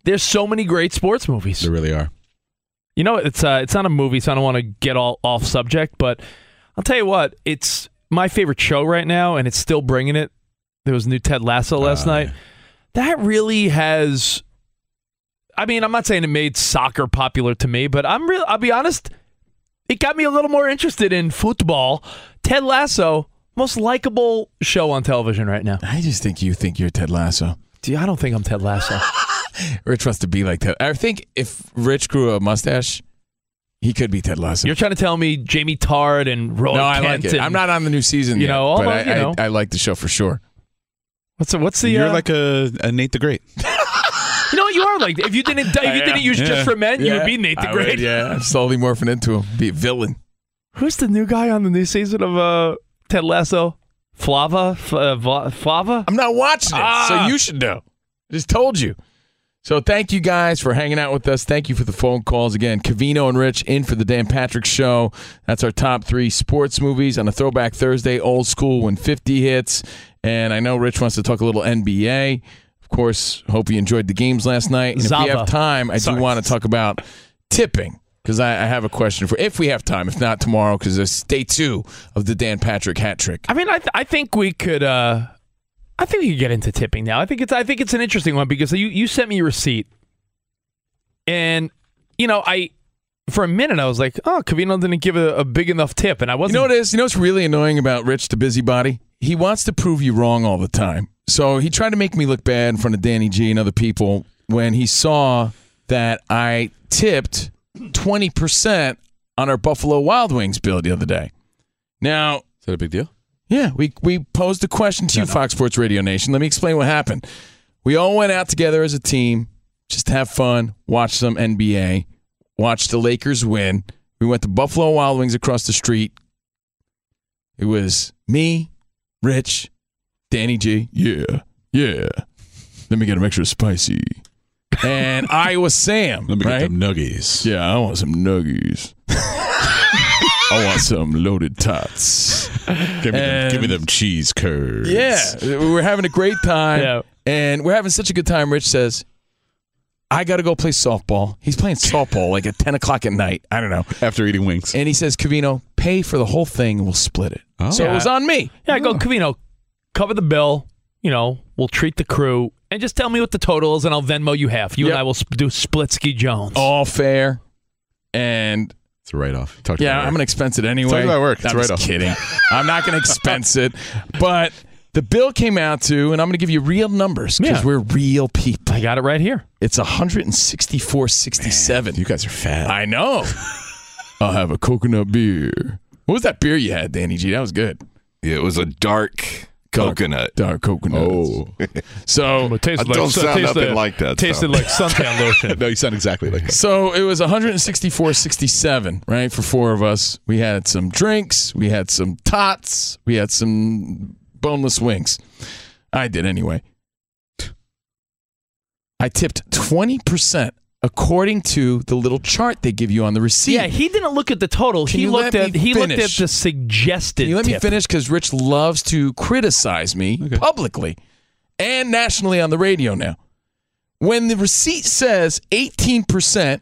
Speaker 4: there's so many great sports movies. There
Speaker 6: really are.
Speaker 4: You know, it's uh, it's not a movie, so I don't want to get all off subject, but I'll tell you what, it's my favorite show right now, and it's still bringing it. There was a new Ted Lasso
Speaker 3: Ah,
Speaker 4: last night. That really has. I mean, I'm not saying it made soccer popular to me, but I'm real. I'll be honest. It got me a little more interested in football. Ted Lasso, most likable show on television right now.
Speaker 3: I just think you think you're Ted Lasso.
Speaker 4: Dude, I don't think I'm Ted Lasso.
Speaker 3: Rich wants to be like Ted. I think if Rich grew a mustache, he could be Ted Lasso.
Speaker 4: You're trying to tell me Jamie Tard and Roy
Speaker 3: no, I
Speaker 4: Kent
Speaker 3: like it.
Speaker 4: and-
Speaker 3: I'm not on the new season
Speaker 4: You
Speaker 3: yet,
Speaker 4: know, all
Speaker 3: but
Speaker 4: my-
Speaker 3: I,
Speaker 4: you know.
Speaker 3: I, I like the show for sure.
Speaker 4: What's the, what's the?
Speaker 6: You're
Speaker 4: uh,
Speaker 6: like a, a Nate the Great.
Speaker 4: You know what? You are like if you didn't if
Speaker 6: I
Speaker 4: you
Speaker 6: am.
Speaker 4: didn't use
Speaker 6: Yeah.
Speaker 4: just for men, you
Speaker 6: Yeah.
Speaker 4: would be Nate the
Speaker 6: I
Speaker 4: Great.
Speaker 6: would,
Speaker 3: yeah, I'm slowly morphing into him. Be a villain.
Speaker 4: Who's the new guy on the new season of uh, Ted Lasso? Flava, F- uh, Va- Flava. Ah,
Speaker 3: I'm not watching it, so you should know. I just told you. So thank you guys for hanging out with us. Thank you for the phone calls again. Cavino and Rich in for the Dan Patrick Show. That's our top three sports movies on a Throwback Thursday, old school when 50 hits. And I know Rich wants to talk a little NBA. Of course, hope you enjoyed the games last night. And if
Speaker 4: Zava.
Speaker 3: we have time, I do want to talk about tipping because I, I have a question for if we have time. If not tomorrow, because there's day two of the Dan Patrick hat trick.
Speaker 4: I mean, I th- I think we could. Uh, I think we could get into tipping now. I think it's I think it's an interesting one because you you sent me your receipt, and you know I for a minute I was like, oh, Cavino didn't give a, a big enough tip, and I
Speaker 3: You
Speaker 4: wasn't.
Speaker 3: know what it is? You know what's really annoying about Rich the busybody? He wants to prove you wrong all the time. So he tried to make me look bad in front of Danny G and other people when he saw that I tipped 20% on our Buffalo Wild Wings bill the other day. Now, is
Speaker 6: that a big deal?
Speaker 3: Yeah, we we posed a question to you, Fox Sports Radio Nation. Let me explain what happened. We all went out together as a team, just to have fun, watch some NBA, watch the Lakers win. We went to Buffalo Wild Wings across the street. It was me, Rich, Danny G. Yeah, yeah. Let me get them extra spicy. And Iowa Sam. Let me get them
Speaker 6: nuggies.
Speaker 3: Yeah, I want some nuggies. I want some loaded tots.
Speaker 6: Give me, them, give me
Speaker 3: And-
Speaker 6: them cheese curds.
Speaker 3: yeah, we were having a great time. And we're having such a good time. Rich says, I got to go play softball. He's playing softball like at 10 o'clock at night. I don't know.
Speaker 6: After eating wings.
Speaker 3: And he says, Cavino, pay for the whole thing and we'll split it. So it was on me.
Speaker 4: Yeah, I go Cavino, cover the bill. You know, we'll treat the crew, and just tell me what the total is, and I'll Venmo you half. You and I will sp- do Splitsky Jones.
Speaker 3: All fair. And
Speaker 6: it's a write off.
Speaker 3: yeah, I'm going to expense it anyway.
Speaker 6: Talk about work. It's
Speaker 3: I'm
Speaker 6: a
Speaker 3: just
Speaker 6: write-off.
Speaker 3: kidding. I'm not going to expense it. But the bill came out to, and I'm going to give you real numbers because
Speaker 4: Yeah.
Speaker 3: we're real people. I
Speaker 4: got it right here.
Speaker 3: It's 164.67.
Speaker 6: You guys are fat.
Speaker 3: I know. I'll have a coconut beer. What was that beer you had, Danny G? That was good.
Speaker 5: It was a dark coconut.
Speaker 3: Dark coconut.
Speaker 5: Oh.
Speaker 3: So
Speaker 5: I don't sound nothing like that. though.
Speaker 4: lotion.
Speaker 6: no, you sound exactly like that.
Speaker 3: So it was 164.67, right? For four of us. We had some drinks, we had some tots, we had some boneless wings. I did anyway. I tipped 20% according to the little chart they give you on the receipt.
Speaker 4: Yeah, he didn't look at the total.
Speaker 3: Can
Speaker 4: he
Speaker 3: you
Speaker 4: looked
Speaker 3: let
Speaker 4: at
Speaker 3: me
Speaker 4: he looked at
Speaker 3: finish?
Speaker 4: the suggested.
Speaker 3: Can you let me
Speaker 4: tip.
Speaker 3: finish? Because Rich loves to criticize me publicly and nationally on the radio now. When the receipt says 18%,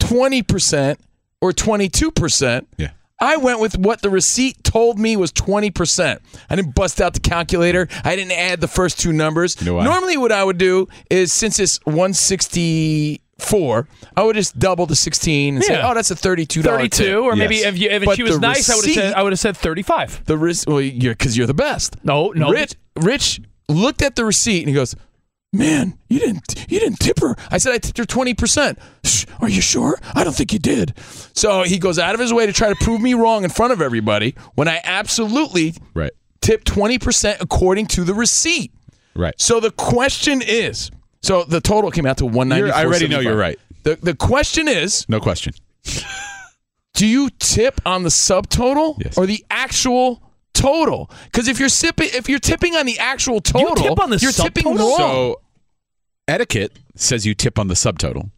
Speaker 3: 20%, or 22%,
Speaker 6: yeah.
Speaker 3: I went with what the receipt told me was 20%. I didn't bust out the calculator. I didn't add the first two numbers.
Speaker 6: know why?
Speaker 3: Normally, what I would do is since it's 164, I would just double the 16 and say,
Speaker 4: Yeah.
Speaker 3: oh, that's a $32 tip.
Speaker 4: 32 or maybe if, you, if
Speaker 3: But
Speaker 4: she was
Speaker 3: the
Speaker 4: nice I would have said
Speaker 3: receipt-
Speaker 4: I would have said 35.
Speaker 3: the risk, well, you're because you're the best.
Speaker 4: No, no.
Speaker 3: Rich, Rich looked at the receipt and he goes, "Man, you didn't, you didn't tip her." I said, "I tipped her twenty percent." Are you sure? I don't think you did. So he goes out of his way to try to prove me wrong in front of everybody when I absolutely
Speaker 6: Right.
Speaker 3: tipped twenty percent according to the receipt.
Speaker 6: Right.
Speaker 3: So the question is, so the total came out to one ninety.
Speaker 6: You're- I already know you're right.
Speaker 3: The the question is,
Speaker 6: No question.
Speaker 3: do you tip on the subtotal or the actual total? Because if you're sipping, if you're tipping on the actual total,
Speaker 4: tip on the
Speaker 3: you're tipping
Speaker 4: subtotal?
Speaker 3: wrong.
Speaker 6: So etiquette says you tip on the subtotal.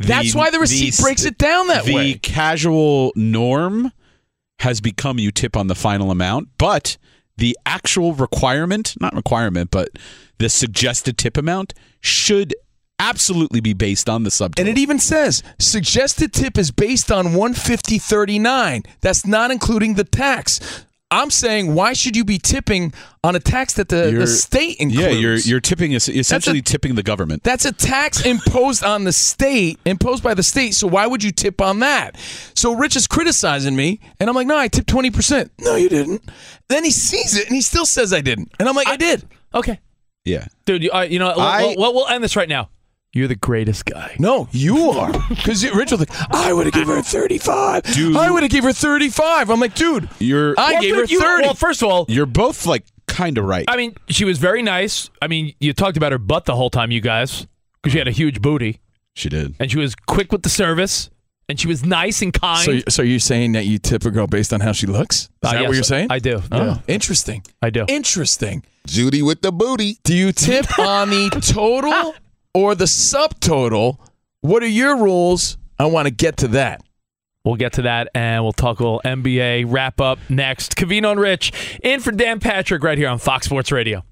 Speaker 6: The-
Speaker 3: That's why the receipt
Speaker 6: s-
Speaker 3: breaks it down that
Speaker 6: the
Speaker 3: way.
Speaker 6: casual norm has become you tip on the final amount, but the actual requirement, not requirement, but the suggested tip amount should absolutely be based on the subtotal.
Speaker 3: and it even says suggested tip is based on 150.39. That's not including the tax. I'm saying, why should you be tipping on a tax that the, the
Speaker 6: You're-
Speaker 3: state includes?
Speaker 6: Yeah, you're you're tipping is- essentially tipping the government.
Speaker 3: That's a tax imposed on the state, imposed by the state. So why would you tip on that? So Rich is criticizing me, and I'm like, no, I tipped 20%. No, you didn't. Then he sees it, and he still says I didn't. And I'm like, I, did.
Speaker 4: Okay.
Speaker 6: yeah.
Speaker 4: Dude, you, all right, you know what? We'll-
Speaker 3: I-
Speaker 4: we'll, we'll, we'll end this right now. You're the greatest guy.
Speaker 3: No, you are. Because Rich was like, I would have given her 35.
Speaker 6: Dude.
Speaker 3: I would have given her 35. I'm like, dude,
Speaker 6: You're
Speaker 3: I gave her 30.
Speaker 4: Well, first of all,
Speaker 6: you're both like kind of right.
Speaker 4: I mean, she was very nice. I mean, you talked about her butt the whole time, you guys, because she had a huge booty.
Speaker 6: She did.
Speaker 4: And she was quick with the service, and she was nice and kind.
Speaker 3: So, you- so you're saying that you tip a girl based on how she looks? Is
Speaker 4: Uh,
Speaker 3: that
Speaker 4: yes,
Speaker 3: what you're saying?
Speaker 4: I do, Uh-huh.
Speaker 3: Oh,
Speaker 4: yeah.
Speaker 3: interesting.
Speaker 4: I do.
Speaker 3: Interesting.
Speaker 7: Judy with the booty.
Speaker 3: Do you tip on the total or the subtotal? What are your rules? I want to get to that.
Speaker 4: We'll get to that and we'll talk a little NBA wrap up next. Cavino and Rich in for Dan Patrick right here on Fox Sports Radio.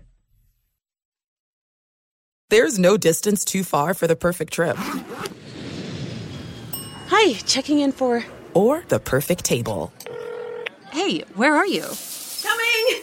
Speaker 10: There's no distance too far for the perfect trip.
Speaker 11: Hi, checking in for.
Speaker 10: Or the perfect table.
Speaker 11: Hey, where are you?
Speaker 10: Coming!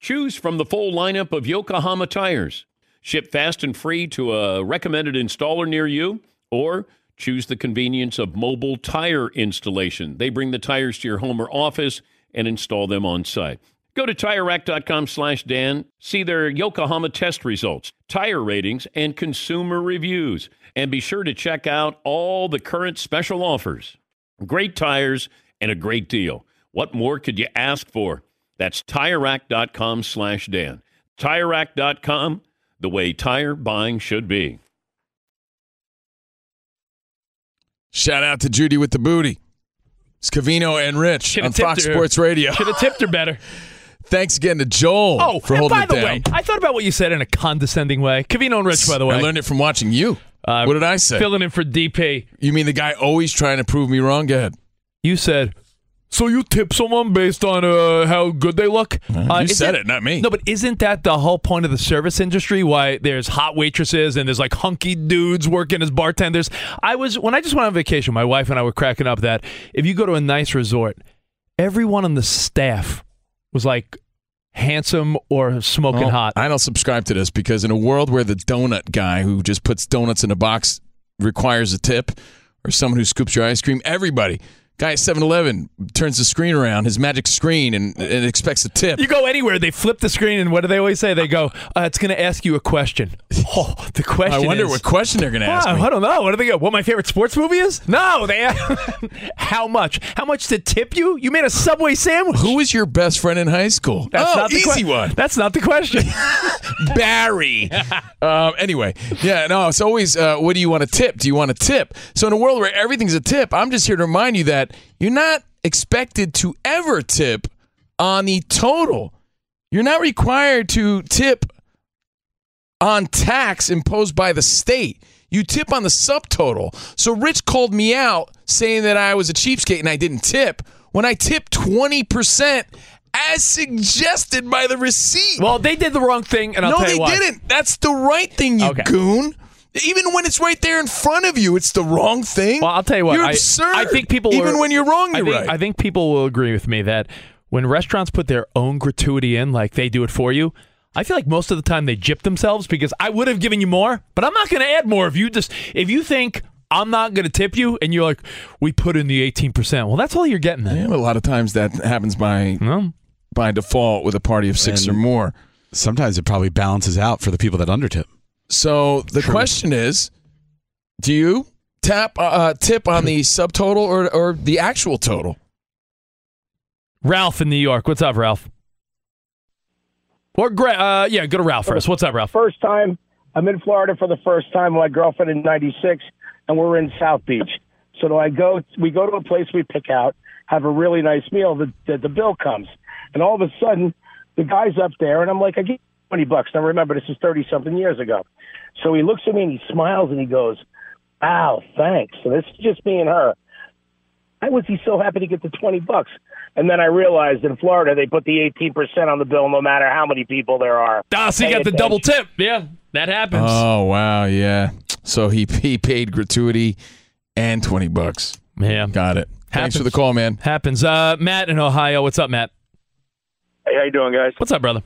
Speaker 12: Choose from the full lineup of Yokohama tires. Ship fast and free to a recommended installer near you, or choose the convenience of mobile tire installation. They bring the tires to your home or office and install them on site. Go to TireRack.com slash Dan, see their Yokohama test results, tire ratings, and consumer reviews. And be sure to check out all the current special offers. Great tires and a great deal. What more could you ask for? That's TireRack.com slash Dan. TireRack.com, the way tire buying should be.
Speaker 3: Shout out to Judy with the booty. It's Cavino and Rich
Speaker 4: Shoulda
Speaker 3: on
Speaker 4: tipped
Speaker 3: Fox
Speaker 4: her.
Speaker 3: Sports Radio.
Speaker 4: Should have tipped her better.
Speaker 3: Thanks again to Joel
Speaker 4: Oh,
Speaker 3: for
Speaker 4: and
Speaker 3: holding
Speaker 4: by
Speaker 3: it
Speaker 4: the
Speaker 3: down.
Speaker 4: way, I thought about what you said in a condescending way. Cavino and Rich, by the way. Uh,
Speaker 3: I learned it from watching you. what did I say?
Speaker 4: filling in for DP.
Speaker 3: You mean the guy always trying to prove me wrong? Go ahead.
Speaker 4: You said, so you tip someone based on uh, how good they look? Uh,
Speaker 3: Uh-huh. you said it,
Speaker 4: isn't-
Speaker 3: not me.
Speaker 4: No, but isn't that the whole point of the service industry? Why there's hot waitresses and there's like hunky dudes working as bartenders? I was, when I just went on vacation, my wife and I were cracking up that if you go to a nice resort, everyone on the staff was like handsome or smoking
Speaker 3: Well,
Speaker 4: hot.
Speaker 3: I don't subscribe to this because in a world where the donut guy who just puts donuts in a box requires a tip, or someone who scoops your ice cream, everybody. Guy at 7-Eleven turns the screen around, his magic screen, and, and expects a tip.
Speaker 4: You go anywhere, they flip the screen, and what do they always say? They go, uh, "It's going to ask you a question." Oh, the question.
Speaker 3: I wonder
Speaker 4: is-
Speaker 3: what question they're going to ask
Speaker 4: Wow,
Speaker 3: me.
Speaker 4: I don't know. What do they go? What my favorite sports movie is? No, they. how much? How much to tip you? You made a Subway sandwich.
Speaker 3: Who was your best friend in high school?
Speaker 4: That's
Speaker 3: oh,
Speaker 4: not the
Speaker 3: easy
Speaker 4: que-
Speaker 3: one.
Speaker 4: That's not the question.
Speaker 3: Barry. um, anyway, yeah, no, it's always uh, what do you want to tip? Do you want to tip? So in a world where everything's a tip, I'm just here to remind you that you're not expected to ever tip on the total. You're not required to tip on tax imposed by the state. You tip on the subtotal. So Rich called me out saying that I was a cheapskate and I didn't tip when I tipped 20% as suggested by the receipt.
Speaker 4: Well, they did the wrong thing, and I'll
Speaker 3: no,
Speaker 4: tell you
Speaker 3: they
Speaker 4: why.
Speaker 3: didn't. That's the right thing, you
Speaker 4: Okay.
Speaker 3: goon. Even when it's right there in front of you, it's the wrong thing. Well, I'll
Speaker 4: tell you what,
Speaker 3: You're
Speaker 4: I,
Speaker 3: absurd.
Speaker 4: I think people
Speaker 3: even
Speaker 4: were-
Speaker 3: when you're wrong, you're
Speaker 4: I think,
Speaker 3: right.
Speaker 4: I think people will agree with me that when restaurants put their own gratuity in, like they do it for you. I feel like most of the time they jip themselves because I would have given you more, but I'm not going to add more if you just if you think I'm not going to tip you and you're like we put in the 18%. Well, that's all you're getting then.
Speaker 3: Yeah, but a lot of times that happens by by default with a party of six or
Speaker 6: And-
Speaker 3: more.
Speaker 6: Sometimes it probably balances out for the people that undertip.
Speaker 3: So the question is, do you tap uh, tip on the subtotal or or the actual total?
Speaker 4: Ralph in New York. What's up, Ralph? Or Greg, uh, yeah, go to Ralph first. What's up, Ralph?
Speaker 18: First time I'm in Florida for the first time. My girlfriend in '96, and we're in South Beach. So do I go? We go to a place we pick out, have a really nice meal. The the, the bill comes, and all of a sudden, The guy's up there, and I'm like, I give you 20 bucks. Now remember, this is 30 something years ago. So he looks at me and he smiles and he goes, Wow, thanks. So this is just me and her. Why was he so happy to get the 20 bucks? And then I realized in Florida, they put the 18% on the bill no matter how many people there are.
Speaker 4: Ah, so you got the double tip. Yeah, that happens.
Speaker 3: Oh wow, yeah. So he he paid gratuity and twenty bucks.
Speaker 4: Yeah,
Speaker 3: got it. Thanks for the call, man.
Speaker 4: Happens. Uh, Matt in Ohio. What's up, Matt?
Speaker 19: Hey, how you doing, guys?
Speaker 4: What's up, brother?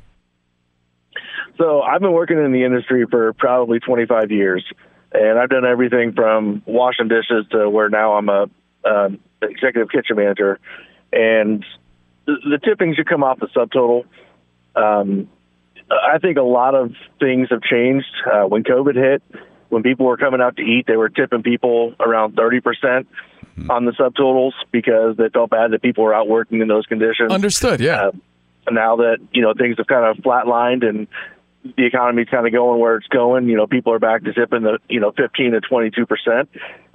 Speaker 19: So I've been working in the industry for probably 25 years, and I've done everything from washing dishes to where now I'm a um, executive kitchen manager. And the, the tippings should come off the subtotal. Um, I think a lot of things have changed uh, when COVID hit. When people were coming out to eat, they were tipping people around 30% percent
Speaker 3: Hmm.
Speaker 19: on the subtotals because they felt bad that people were out working in those conditions.
Speaker 3: Understood, yeah.
Speaker 19: Uh, now that, you know, things have kind of flatlined and the economy's kind of going where it's going, you know, people are back to tipping the, you know, 15 to 22%.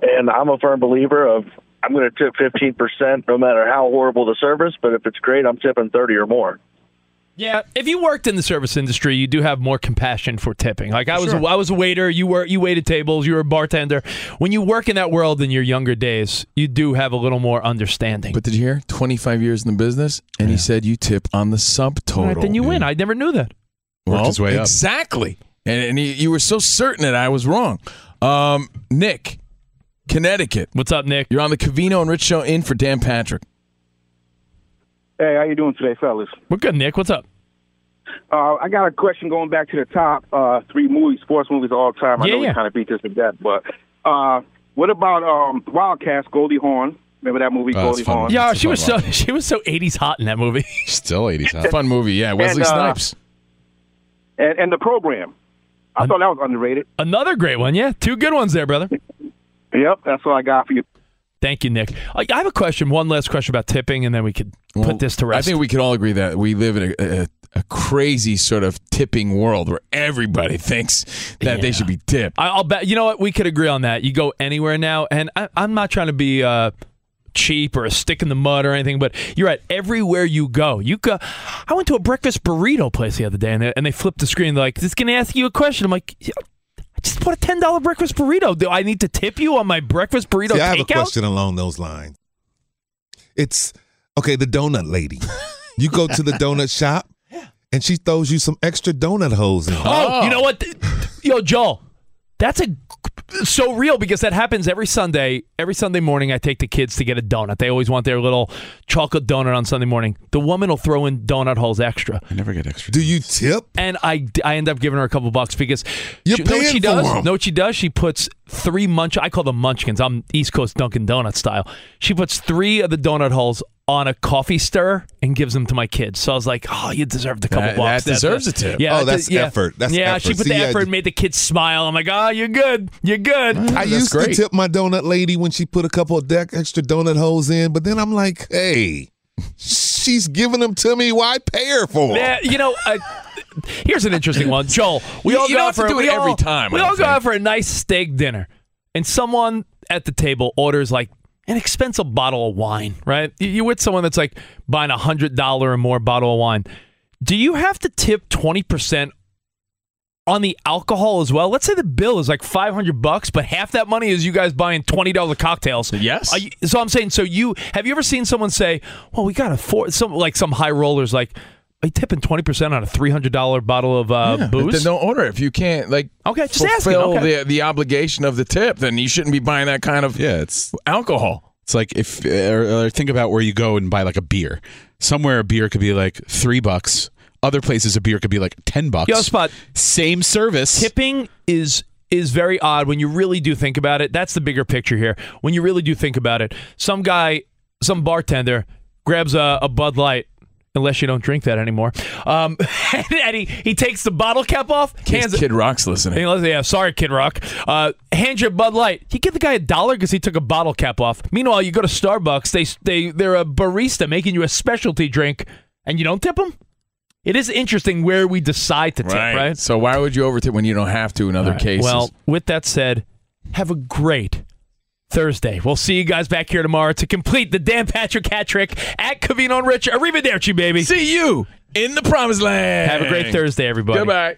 Speaker 19: And I'm a firm believer of I'm going to tip 15% no matter how horrible the service, but if it's great, I'm tipping 30 or more.
Speaker 4: Yeah, if you worked in the service industry, you do have more compassion for tipping. Like I was, I was a waiter. You were, you waited tables. You were a bartender. When you work in that world in your younger days, you do have a little more understanding.
Speaker 3: But did you hear? Twenty five years in the business, and he said you tip on the subtotal.
Speaker 4: All right, then you win. I never knew that.
Speaker 3: Well,
Speaker 6: Worked his way up.
Speaker 3: exactly. And, and you, you were so certain that I was wrong. Um, Nick, Connecticut.
Speaker 4: What's up, Nick?
Speaker 3: You're on the Cavino and Rich Show in for Dan Patrick.
Speaker 20: Hey, how you doing today, fellas?
Speaker 4: We're good, Nick. What's up?
Speaker 20: Uh, I got a question going back to the top uh, three movies, sports movies of all time. I
Speaker 4: Yeah,
Speaker 20: know
Speaker 4: yeah.
Speaker 20: we kind of beat this to death, but uh, what about um, Wildcats, Goldie Hawn? Remember that
Speaker 4: Oh,
Speaker 20: movie,
Speaker 3: Oh,
Speaker 20: Goldie Hawn?
Speaker 4: Yeah, she was so she was so 80s hot in that movie.
Speaker 3: Still 80s
Speaker 20: hot.
Speaker 3: Fun movie, yeah. Wesley
Speaker 20: And, uh,
Speaker 3: Snipes.
Speaker 20: And, and the program. I thought that was underrated.
Speaker 4: Another great one, yeah. Two good ones there, brother.
Speaker 20: Yep, that's all I got for you.
Speaker 4: Thank you, Nick. I I have a question. One last question about tipping, and then we could put this to
Speaker 3: I
Speaker 4: rest.
Speaker 3: think we could all agree that we live in a, a, a crazy sort of tipping world where everybody thinks that they should be tipped.
Speaker 4: I, I'll bet. You know what? We could agree on that. You go anywhere now, and I, I'm not trying to be uh, cheap or a stick in the mud or anything, but you're right. Everywhere you go, you go. I went to a breakfast burrito place the other day, and they, and they flipped the screen. They're like, "This is going to ask you a question." I'm like. "Yeah, I just bought a ten dollar breakfast burrito. Do I need to tip you on my breakfast burrito
Speaker 7: See, I have a
Speaker 4: takeout?
Speaker 7: question along those lines. It's okay, the donut lady. You go to the donut shop and she throws you some extra donut holes in.
Speaker 4: Oh, you know what? Yo, Joel, that's a so real because that happens every Sunday. Every Sunday morning, I take the kids to get a donut. They always want their little chocolate donut on Sunday morning. The woman will throw in donut holes extra.
Speaker 6: I never get extra.
Speaker 7: Do you tip?
Speaker 4: And I, I end up giving her a couple bucks because
Speaker 7: You're
Speaker 4: she, know what
Speaker 7: paying
Speaker 4: she
Speaker 7: for
Speaker 4: does?
Speaker 7: 'em.
Speaker 4: Know what she does? She puts three munch. I call them munchkins. I'm East Coast Dunkin' Donut style. She puts three of the donut holes on a coffee stirrer and gives them to my kids. So I was like, oh, you deserved a couple
Speaker 3: That-
Speaker 4: bucks.
Speaker 3: that deserves a tip.
Speaker 4: Yeah,
Speaker 3: Oh,
Speaker 4: it-
Speaker 3: that's
Speaker 4: yeah.
Speaker 3: effort. That's
Speaker 4: yeah. She
Speaker 3: effort.
Speaker 4: put
Speaker 3: See,
Speaker 4: the
Speaker 3: yeah,
Speaker 4: effort,
Speaker 3: d-
Speaker 4: and made the kids smile. I'm like, oh, you're good. You're good.
Speaker 7: I used to tip my donut lady when she put a couple of deck extra donut holes in, but then I'm like, hey, she's giving them to me. Why pay her for 'em?
Speaker 4: Yeah, you know, uh, here's an interesting one, Joel. We
Speaker 3: You-
Speaker 4: all
Speaker 3: you
Speaker 4: go
Speaker 3: don't
Speaker 4: out
Speaker 3: have to
Speaker 4: for
Speaker 3: do it
Speaker 4: we all-
Speaker 3: every time,
Speaker 4: We
Speaker 3: I
Speaker 4: all go
Speaker 3: think.
Speaker 4: out for a nice steak dinner, and someone at the table orders like an expensive bottle of wine. Right? You- You're with someone that's like buying a hundred dollar or more bottle of wine. Do you have to tip twenty percent? On the alcohol as well. Let's say the bill is like five hundred bucks, but half that money is you guys buying twenty dollar cocktails. Yes. so I'm saying, so you have you ever seen someone say, "Well, we got a four some like some high rollers like." Are you tipping twenty percent on a three hundred dollar bottle of uh,
Speaker 3: Yeah, but
Speaker 4: booze?
Speaker 3: Then don't order it. if you can't. Like,
Speaker 4: okay, just asking.
Speaker 3: fulfill
Speaker 4: Okay.
Speaker 3: the the obligation of the tip, then you shouldn't be buying that kind of
Speaker 6: yeah, it's
Speaker 3: alcohol.
Speaker 6: It's like if or, or think about where you go and buy like a beer. Somewhere a beer could be like three bucks. Other places a beer could be like ten bucks.
Speaker 4: Yo, spot
Speaker 6: same service.
Speaker 4: Tipping is is very odd when you really do think about it. That's the bigger picture here. When you really do think about it, some guy, some bartender grabs a, a Bud Light. Unless you don't drink that anymore, um, and he, he takes the bottle cap off,
Speaker 3: case
Speaker 4: hands it-
Speaker 3: Kid Rock's listening.
Speaker 4: Hey, listen, yeah, sorry, Kid Rock. Uh, hand you a Bud Light. You give the guy a dollar because he took a bottle cap off. Meanwhile, you go to Starbucks. They they they're a barista making you a specialty drink, and you don't tip them. It is interesting where we decide to tip, right?
Speaker 3: So why would you overtip when you don't have to in other
Speaker 4: All right.
Speaker 3: cases?
Speaker 4: Well, with that said, have a great Thursday. We'll see you guys back here tomorrow to complete the Dan Patrick hat trick at Cavino and Rich. Arrivederci, baby.
Speaker 3: See you
Speaker 21: in the promised land.
Speaker 4: Have a great Thursday, everybody.
Speaker 21: Goodbye.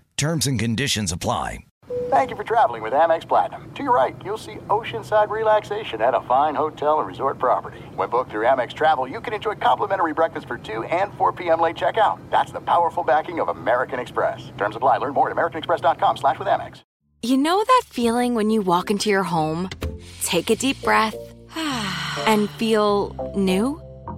Speaker 22: Terms and conditions apply.
Speaker 23: Thank you for traveling with Amex Platinum. To your right, you'll see oceanside relaxation at a fine hotel and resort property. When booked through Amex Travel, you can enjoy complimentary breakfast for 2 and 4 p.m. late checkout. That's the powerful backing of American Express. Terms apply. Learn more at americanexpress.com slash with Amex.
Speaker 24: You know that feeling when you walk into your home, take a deep breath, and feel new?